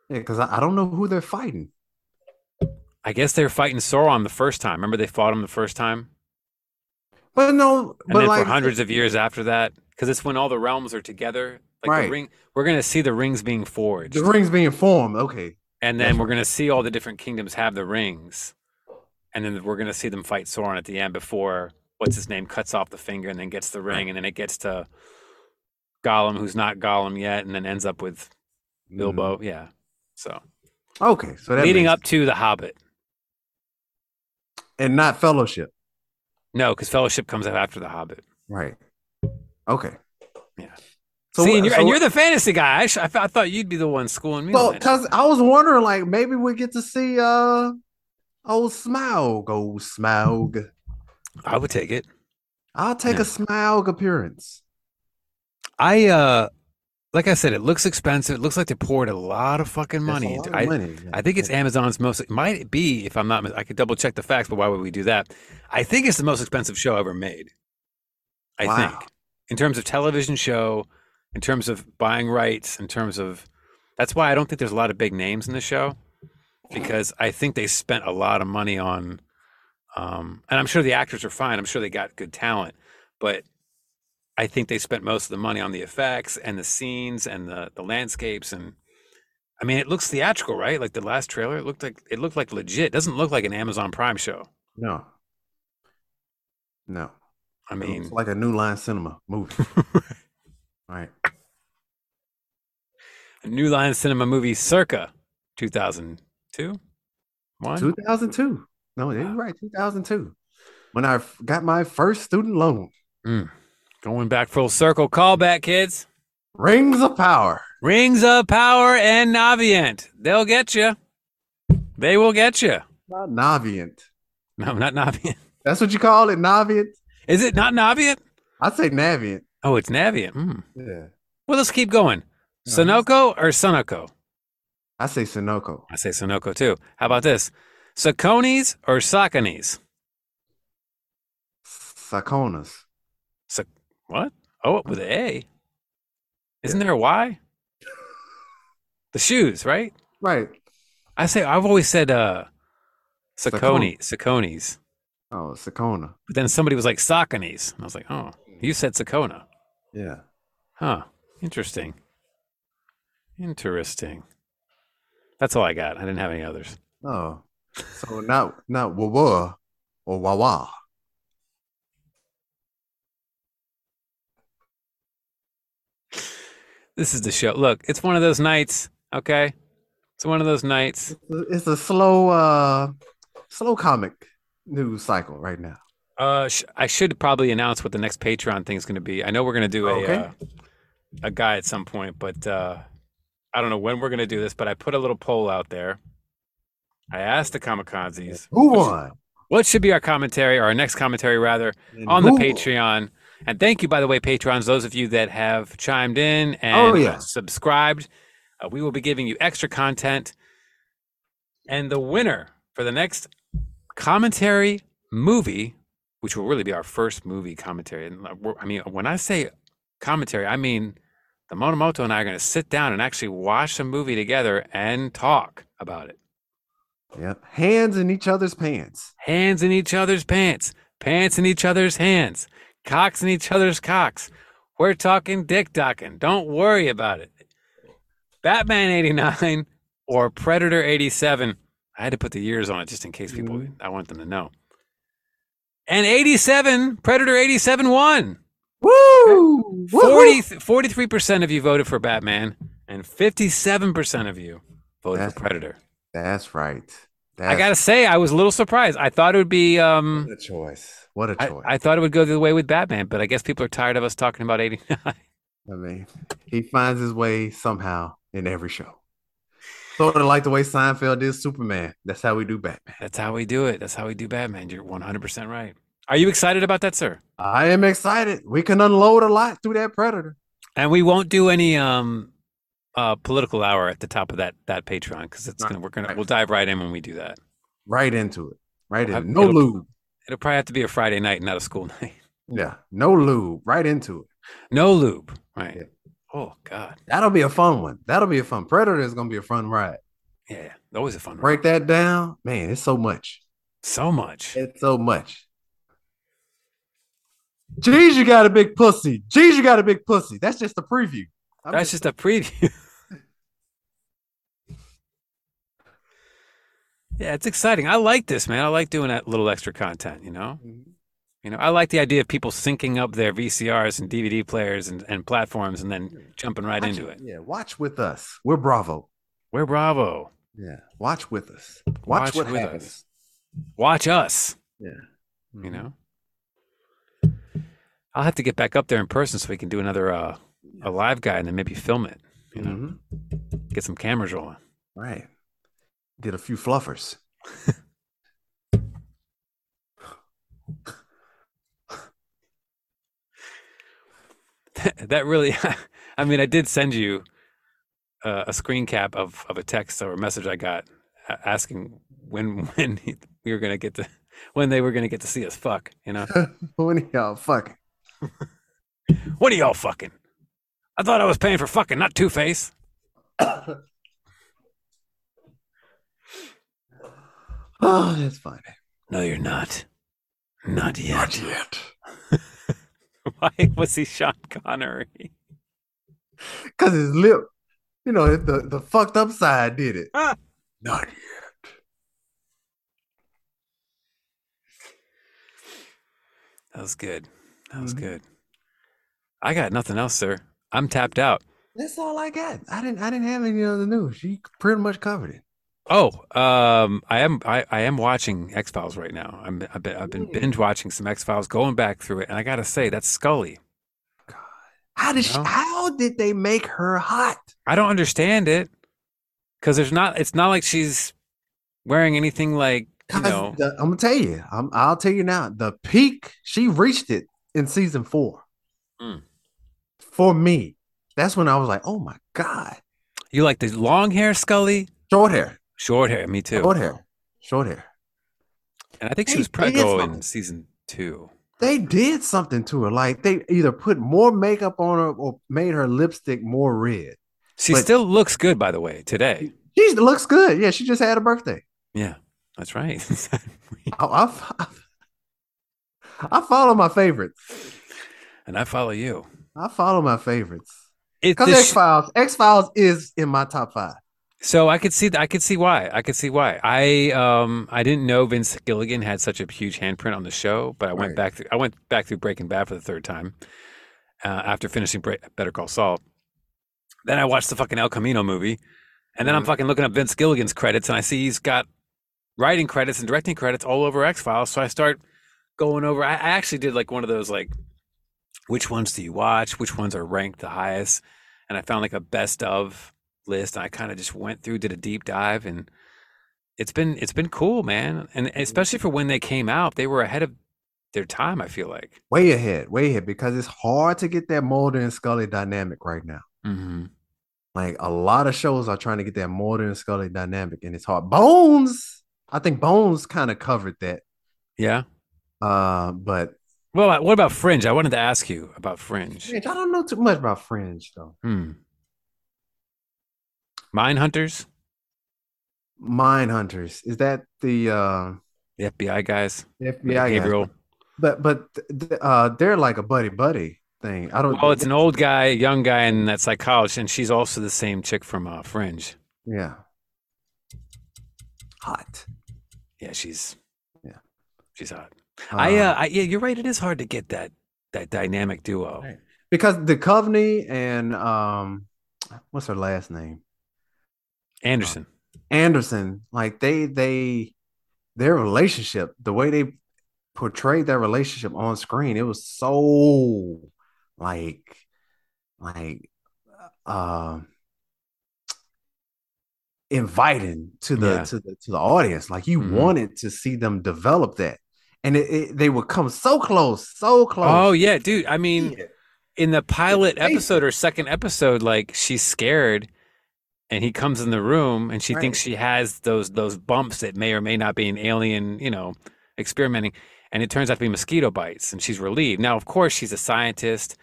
G: Yeah, because I, I don't know who they're fighting.
F: I guess they're fighting Sauron the first time. Remember they fought him the first time,
G: But no,
F: and
G: but
F: then
G: like
F: for hundreds of years after that, because it's when all the realms are together. Like
G: Right.
F: the ring, we're gonna see the rings being forged,
G: the rings being formed. Okay.
F: and then we're gonna see all the different kingdoms have the rings, and then we're gonna see them fight Sauron at the end before what's his name cuts off the finger and then gets the ring, and then it gets to Gollum, who's not Gollum yet, and then ends up with Bilbo. Yeah, so
G: Okay. So Mm-hmm. that
F: leading
G: makes-
F: up to the Hobbit.
G: and not fellowship.
F: No, because Fellowship comes out after the Hobbit.
G: Right. Okay.
F: Yeah.
G: So
F: See,
G: what-
F: and you're,
G: so
F: and you're
G: what-
F: the fantasy guy. I, sh- I, f- I thought you'd be the one schooling me.
G: well,
F: on that.
G: cause I was wondering, like, maybe we get to see uh old Smaug, old Smaug.
F: I would take it.
G: I'll take
F: Yeah.
G: a Smaug appearance.
F: I uh, like I said, it looks expensive. It looks like they poured a lot of fucking money
G: That's
F: into.
G: a lot
F: I,
G: of money.
F: I think it's Amazon's most. It might be, if I'm not. mis- I could double check the facts, but why would we do that? I think it's the most expensive show ever made. I
G: Wow.
F: think, in terms of television show, in terms of buying rights, in terms of. That's why I don't think there's a lot of big names in the show, because I think they spent a lot of money on, um, and I'm sure the actors are fine. I'm sure they got good talent, but I think they spent most of the money on the effects and the scenes and the the landscapes and I mean it looks theatrical, right? Like the last trailer, it looked like it looked like legit. It doesn't look like an Amazon Prime show.
G: no. No.
F: I
G: It
F: mean
G: looks like a new line cinema movie. All
F: *laughs*
G: right.
F: a New Line Cinema movie circa 2002. One?
G: 2002. No, you're right. 2002. When I f- got my first student loan,
F: Going back full circle callback kids.
G: Rings of Power.
F: Rings of Power and Navient. They'll get you. They will get you.
G: Not Navient.
F: *laughs* No, not Navient.
G: That's what you call it, Navient?
F: Is it not Navient?
G: I'd say Navient.
F: Oh, it's Navient. Mm.
G: Yeah.
F: Well, let's keep going. Sunoco or Sunoco?
G: I say Sunoco.
F: I say Sunoco too. How about this? Saconis or Saconis?
G: Sakonas.
F: Sa- what? Oh, with an A. Isn't there a Y? The shoes, right?
G: Right.
F: I say I've always said uh Saconi,
G: Saucony.
F: Saconis.
G: Oh, Sakona.
F: But then somebody was like Saconis. And I was like, oh, you said Sacona.
G: Yeah.
F: Huh. Interesting. Interesting. That's all I got. I didn't have any others.
G: Oh. So not not Wawa or Wawa.
F: This is the show. Look, it's one of those nights. Okay, it's one of those nights.
G: It's a slow, uh, slow comic news cycle right now.
F: Uh, sh- I should probably announce what the next Patreon thing is going to be. I know we're going to do a
G: Okay.
F: uh, a guy at some point, but uh, I don't know when we're going to do this. But I put a little poll out there. I asked the kamikazes,
G: Who won?
F: what should be our commentary, or our next commentary rather, on the
G: who-
F: Patreon. And thank you, by the way, patrons, those of you that have chimed in and uh,
G: Oh, yeah.
F: subscribed. Uh, we will be giving you extra content. And the winner for the next commentary movie, which will really be our first movie commentary. And uh, we're- I mean, when I say commentary, I mean the Monomoto and I are going to sit down and actually watch a movie together and talk about it.
G: Yep. Hands in each other's pants.
F: hands in each other's pants, pants in each other's hands, cocks in each other's cocks. We're talking dick docking. Don't worry about it. Batman 89 *laughs* or Predator 87. I had to put the years on it just in case people,
G: Mm-hmm.
F: I want them to know. And 87, Predator 87 won.
G: Woo!
F: 40, 43% of you voted for Batman, and 57% of you voted
G: That's-
F: for Predator.
G: That's right. That's
F: I got to say, I was a little surprised. I thought it would be. Um,
G: what a choice. What a
F: I,
G: choice. I,
F: I thought it would go the way with Batman, but I guess people are tired of us talking about 89.
G: mean, he finds his way somehow in every show. Sort of like the way Seinfeld did Superman. That's how we do Batman.
F: *laughs* That's how we do it. That's how we do Batman. You're 100% right. Are you excited about that, sir?
G: I am excited. We can unload a lot through that Predator.
F: And we won't do any um uh political hour at the top of that that Patreon cuz it's going to we're going to
G: right.
F: we'll dive right in when we do that.
G: Right into it. Right
F: Well, I-
G: in. No
F: it'll-
G: lube.
F: It'll probably have to be a Friday night, not a school *laughs* night.
G: Yeah. No lube. Right into it.
F: No lube, right?
G: Yeah.
F: Oh god.
G: That'll be a fun one. That'll be a fun. Predator is gonna be a fun ride.
F: Yeah. Always a fun one.
G: Break that down, man. It's so much.
F: So much.
G: It's so much. Jeez, you got a big pussy. Jeez, you got a big pussy. That's just a preview. I'm
F: That's just a preview. *laughs* yeah, it's exciting. I like this, man. I like doing that little extra content, you know?
G: Mhm.
F: You know, I like the idea of people syncing up their VCRs and DVD players and, and platforms and then jumping right
G: watch
F: into it.
G: Yeah, watch with us. We're Bravo.
F: We're Bravo.
G: Yeah, watch with us. Watch,
F: Watch
G: what
F: with
G: happens.
F: us. Watch us,
G: Mhm.
F: you know? I'll have to get back up there in person so we can do another uh, a live guy and then maybe film it, you know,
G: Mhm.
F: get some cameras rolling.
G: Right. Did a few fluffers. *laughs*
F: that really *laughs* i mean i did send you uh, a screen cap of, of a text or a message i got a- asking when *laughs* when we were gonna get to when they were gonna get to see us fuck you know
G: When y'all fucking
F: what are y'all fucking i thought i was paying for fucking not two face
G: oh, *sighs* that's funny.
F: no you're not not
D: Not
F: yet
D: yet.
F: *laughs* why was he sean connery
G: Cause his lip, you know, the the fucked up side did it.
F: Ah.
D: Not yet.
F: that was good that was
G: Mhm.
F: good i got nothing else sir i'm tapped out
G: That's all I got. I didn't I didn't have any other news. You pretty much covered it.
F: Oh, um, I am I, I am watching X Files right now. I'm I've been, I've been binge watching some X Files, going back through it, and I gotta say that's Scully.
G: How did
F: No.
G: she, how did they make her hot?
F: I don't understand it because there's not. It's not like she's wearing anything like you
G: 'Cause
F: know.
G: the- I'm gonna tell you. I'm, I'll tell you now. The peak she reached it in season four.
F: Mm.
G: For me, that's when I was like, oh my god,
F: You like the long hair Scully,
G: short hair,
F: short hair. Me too.
G: short hair, short hair.
F: And I think she
G: Hey,
F: was
G: it is
F: Prego in
G: something.
F: season two.
G: They did something to her. Like they either put more makeup on her or made her lipstick more red.
F: She
G: But-
F: still looks good, by the way, today.
G: She looks good. Yeah, she just had a
F: *laughs*
G: birthday.
F: Yeah, that's right. *laughs*
G: I, I f- I follow my favorites.
F: and I follow you.
G: I follow my favorites.
F: It,
G: Because
F: this
G: X Files, X Files is in my top five.
F: So I could see th- I could see why. I could see why. I um I didn't know Vince Gilligan had such a huge handprint on the show, but I went
G: Right.
F: back through I went back through Breaking Bad for the third time uh, after finishing Bre- Better Call Saul. Then I watched the fucking El Camino movie, and then I'm fucking looking up Vince Gilligan's credits, and I see he's got writing credits and directing credits all over X Files. So I start going over. I, I actually did like one of those like, which ones do you watch? Which ones are ranked the highest? And I found like a best of list. And I kind of just went through, did a deep dive, and it's been it's been cool, man. And especially for when they came out, they were ahead of their time. I feel like.
G: Way ahead, way ahead, because it's hard to get that Mulder and Scully dynamic right now.
F: Mm-hmm.
G: Like a lot of shows are trying to get that Mulder and Scully dynamic, and it's hard. Bones, I think Bones kind of covered that.
F: Yeah.
G: Uh, but
F: Well, uh, what about Fringe? I wanted to ask you about Fringe.
G: Fringe, I don't know too much about Fringe though.
F: Hmm. Mine Hunters,
G: Mindhunters is that the uh,
F: the FBI guys,
G: the FBI
F: with
G: guy?
F: Gabriel.
G: But but th- uh, they're like a buddy buddy thing. I don't.
F: Oh, it's an old guy, a young guy, and that psychologist, and she's also the same chick from uh, Fringe.
G: yeah. Hot.
F: Yeah, she's
G: Yeah.
F: she's hot. I,
G: Um,
F: uh, I yeah, you're right. It is hard to get that that dynamic duo.
G: Right. because Duchovny and um, what's her last name?
F: Anderson,
G: Anderson, like they they their relationship, the way they portrayed that relationship on screen, it was so like like uh, inviting to the
F: Yeah.
G: to the to the audience. Like you
F: Mhm.
G: wanted to see them develop that. And it, it, they would come so close, so close.
F: Oh yeah, dude. I mean, in the pilot episode or second episode, like she's scared, and he comes in the room, and she thinks she has those those bumps that may or may not be an alien, you know, experimenting, and it turns out to be mosquito bites, and she's relieved. Now, of course, she's a scientist.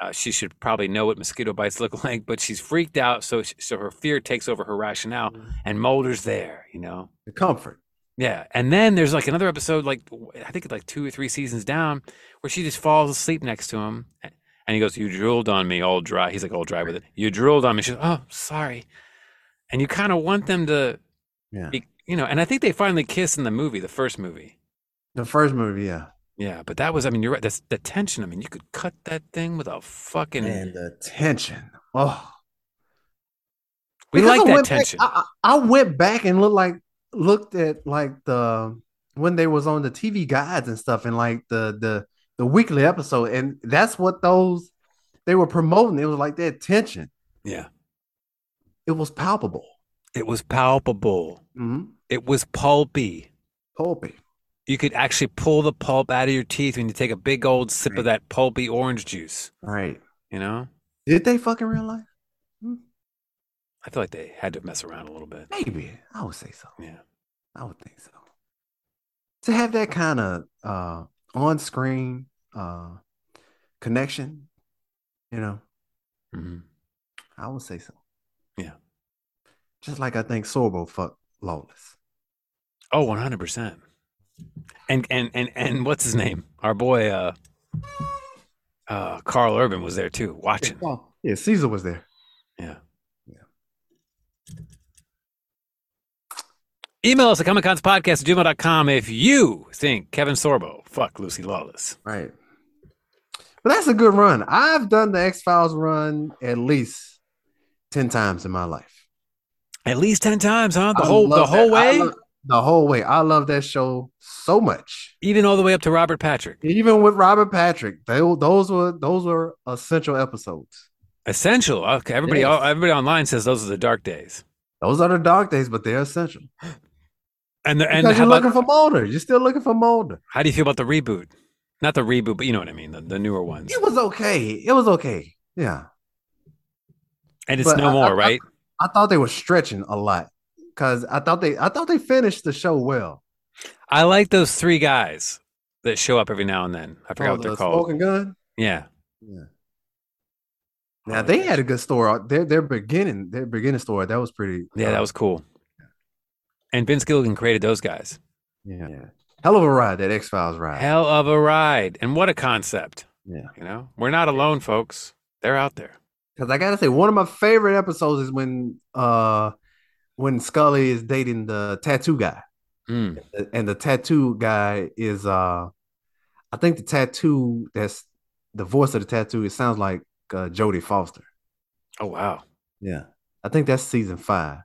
F: Uh, she should probably know what mosquito bites *laughs* look like, but she's freaked out, so she, so her fear takes over her rationale, and Mulder's there, you know.
G: The comfort.
F: Yeah, and then there's like another episode, like w- I think it's like two or three seasons down, where she just falls asleep next to him, a- and he goes, "You drooled on me, all dry." He's like, "All dry with it." You drooled on me. She's, "Oh, sorry," and you kind of want them to,
G: Yeah.
F: be, you know. And I think they finally kiss in the movie, the first movie.
G: The first movie, yeah.
F: Yeah, but that was, I mean, you're right. That's the tension. I mean, you could cut that thing with a fucking.
G: And the tension. Oh,
F: we
G: Because
F: like
G: I
F: that
G: went back-
F: tension.
G: I, I I went back and looked like looked at like the when they was on the TV guides and stuff, and like the the the weekly episode, and that's what those they were promoting. It was like that tension.
F: yeah,
G: It was palpable.
F: it was palpable.
G: Mm-hmm.
F: It was pulpy.
G: Pulpy.
F: you could actually pull the pulp out of your teeth when you take a big old sip of that pulpy orange juice.
G: Right.
F: You know,
G: Did they fuck in real life?
F: I feel like they had to mess around a little bit.
G: Maybe. I would say so.
F: Yeah.
G: I would think so. To have that kind of uh on screen uh connection, you know,
F: hmm
G: I would say so.
F: Yeah.
G: Just like I think Sorbo fucked Lawless.
F: Oh, one hundred percent. And and and and what's his name? Our boy, uh, uh, Carl Urban was there too, watching.
G: Yeah, Caesar was there.
F: Yeah.
G: Yeah.
F: Email us at comiccons at gmail.com if you think Kevin Sorbo fuck Lucy Lawless.
G: Right. But that's a good run. I've done the X Files run at least 10 times in my life.
F: At least ten times, huh? The
G: I
F: whole the
G: love
F: whole
G: that- I
F: way,
G: lo- the whole way. I love that show so much.
F: even all the way up to Robert Patrick.
G: Even with Robert Patrick, they, those were those were essential episodes.
F: Essential. Okay, everybody,
G: Yes.
F: all, everybody online says those are the dark days.
G: Those are the dark days, but they're essential.
F: And the, and
G: Because
F: how,
G: you're
F: about,
G: looking for Mulder. You're still looking for Mulder.
F: how do you feel about the reboot? Not the reboot, but you know what I mean, the, the newer ones.
G: It was okay. It was okay. Yeah.
F: And it's
G: but
F: no
G: I-
F: more,
G: I- I-
F: right?
G: I thought they were stretching a lot because I thought they I thought they finished the show well.
F: I like those three guys that show up every now and then. I forgot
G: Oh,
F: what they're
G: the
F: called.
G: Smoking gun.
F: Yeah.
G: Now they had a good story. Their their beginning their beginning story that was pretty. uh,
F: Yeah, that was cool. And Vince Gilligan created those guys.
G: yeah. Hell of a ride that X Files ride.
F: Hell of a ride. And what a concept.
G: Uh-huh. Yeah.
F: You know, we're not alone, folks. They're out there.
G: Because I gotta say, one of my favorite episodes is when uh when Scully is dating the tattoo guy,
F: Mm.
G: and the tattoo guy is uh I think the tattoo that's the voice of the tattoo. It sounds like uh, Jodie Foster.
F: Oh, wow.
G: Yeah. I think that's season five.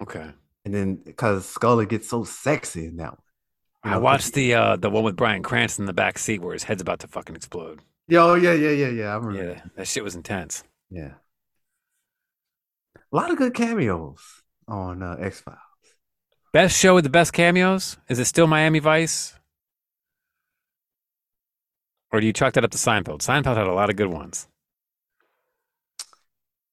F: Okay.
G: And then because Scully gets so sexy in that one. You
F: I
G: know, 'cause
F: watched the uh, the one with Brian Cranston in the back seat where his head's about to fucking explode.
G: he- Yo, yeah, yeah, yeah, yeah. I remember. Yeah.
F: Yeah, that shit was intense.
G: yeah. A lot of good cameos on uh, X Files.
F: Best show with the best cameos? Is it still Miami Vice? Or do you chalk that up to Seinfeld? Seinfeld had a lot of good ones.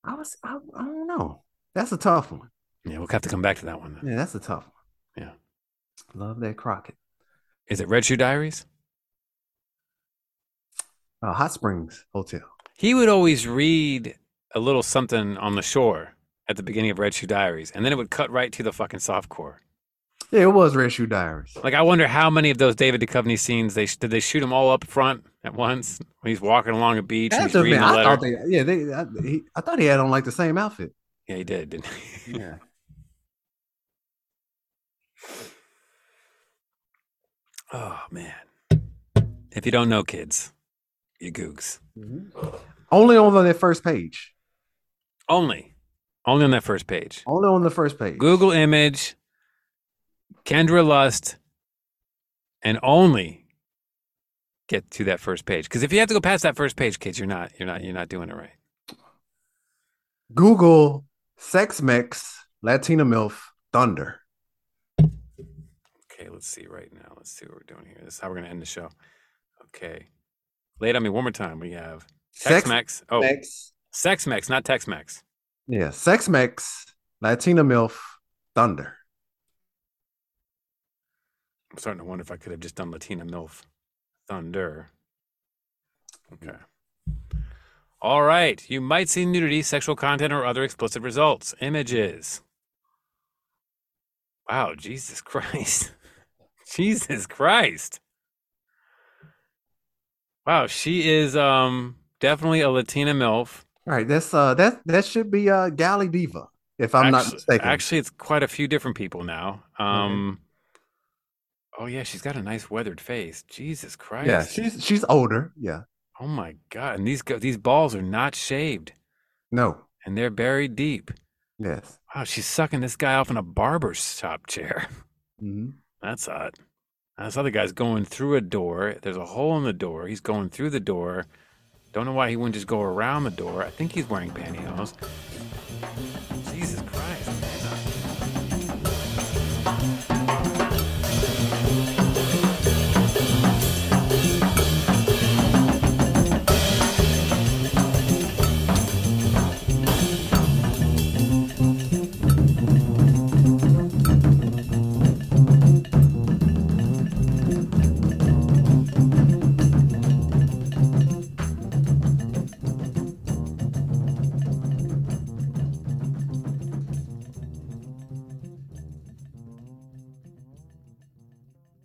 G: I was, I, I don't know. That's a tough one.
F: Yeah, we'll have to come back to that one. Then.
G: Yeah, that's a tough one.
F: Yeah.
G: Love that Crockett.
F: Is it Red Shoe Diaries?
G: Uh, Hot Springs Hotel.
F: He would always read a little something on the shore at the beginning of Red Shoe Diaries, and then it would cut right to the fucking softcore.
G: Yeah, it was Red Shoe Diaries.
F: Like, I wonder how many of those David Duchovny scenes they did they shoot them all up front at once when he's walking along a beach and
G: That's
F: he's
G: a
F: reading
G: man.
F: the
G: I
F: letter.
G: thought they, yeah, they, I, he, I thought he had on like the same outfit.
F: yeah, he did, didn't he? *laughs*
G: Yeah.
F: Oh man. If you don't know kids, you googs.
G: *laughs* Only on the first page.
F: Only. Only on that first page.
G: Only on the first page.
F: Google image, Kendra Lust, and only get to that first page. Because if you have to go past that first page, kids, you're not you're not you're not doing it right.
G: Google sex mix Latina MILF Thunder.
F: Okay, let's see right now. Let's see what we're doing here. This is how we're gonna end the show. Okay. Lay it on me one more time. We have Tex Mex. Oh
G: mix.
F: Sex Mex, not Tex Mex.
G: Yeah, sex mix Latina MILF Thunder.
F: I'm starting to wonder if I could have just done Latina MILF Thunder.
G: Hmm.
F: Okay. All right. You might see nudity, sexual content, or other explicit results. Images. Wow. Jesus *laughs* Christ. Jesus Christ. Wow. She is um definitely a Latina MILF.
G: All right, that's uh that that should be uh Galley Diva, if I'm not
F: Actu-
G: mistaken. Mm-hmm.
F: Actually, it's quite a few different people now. Um, Oh, yeah. She's got a nice weathered face. Jesus Christ.
G: yeah, she's she's older. Yeah.
F: Oh my god! And these go- these balls are not shaved,
G: No.
F: and they're buried deep.
G: Yes.
F: Wow, she's sucking this guy off in a barber shop chair. *laughs*
G: hmm
F: That's hot. And this other guy's going through a door. There's a hole in the door. He's going through the door. Don't know why he wouldn't just go around the door. I think he's wearing pantyhose. Jesus Christ! man.